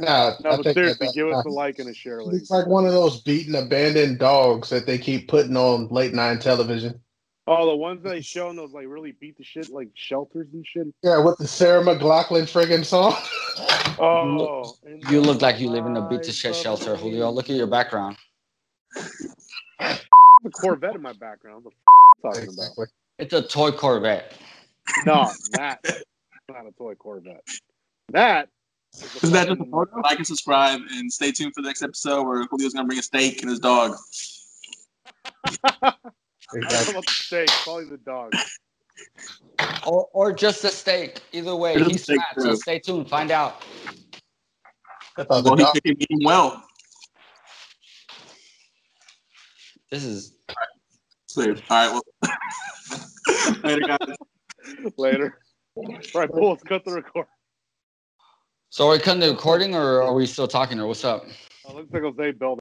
Speaker 5: Nah,
Speaker 2: No, but
Speaker 5: take that
Speaker 2: seriously,
Speaker 5: back.
Speaker 2: give us a
Speaker 5: Nah.
Speaker 2: like and a share,
Speaker 5: He
Speaker 2: ladies.
Speaker 5: looks like one of those beaten, abandoned dogs that they keep putting on late night television.
Speaker 2: Oh, the ones they show in those like really beat the shit like shelters and shit.
Speaker 5: Yeah, with the Sarah McLaughlin friggin' song.
Speaker 2: Oh, and
Speaker 3: You look like you live in a beat to shit
Speaker 2: lies of
Speaker 3: shelter,
Speaker 2: me.
Speaker 3: Julio. Look at your background.
Speaker 2: The Corvette in my background. What the f- talking about?
Speaker 5: exactly.
Speaker 3: It's a toy Corvette.
Speaker 2: No, that not a toy Corvette. That is, a
Speaker 1: Is that just a
Speaker 2: fucking-
Speaker 1: photo? Like and subscribe, and stay tuned for the next episode where Julio's gonna bring a steak and his dog.
Speaker 2: I don't know
Speaker 5: exactly.
Speaker 2: about the steak, probably the dog.
Speaker 3: Or, or just a steak. Either way,
Speaker 1: Just a
Speaker 3: he's
Speaker 1: steak,
Speaker 3: fat.
Speaker 1: too.
Speaker 3: So stay tuned. Find out.
Speaker 5: I thought the
Speaker 1: Well, he's
Speaker 5: dog-
Speaker 1: picking me well.
Speaker 3: This is
Speaker 1: Sweet. All right. Well, later, guys.
Speaker 2: Later. Right, Bull, let's cut the record.
Speaker 3: So are we cutting the recording or are we still talking or what's up?
Speaker 2: Oh, looks like Jose Bell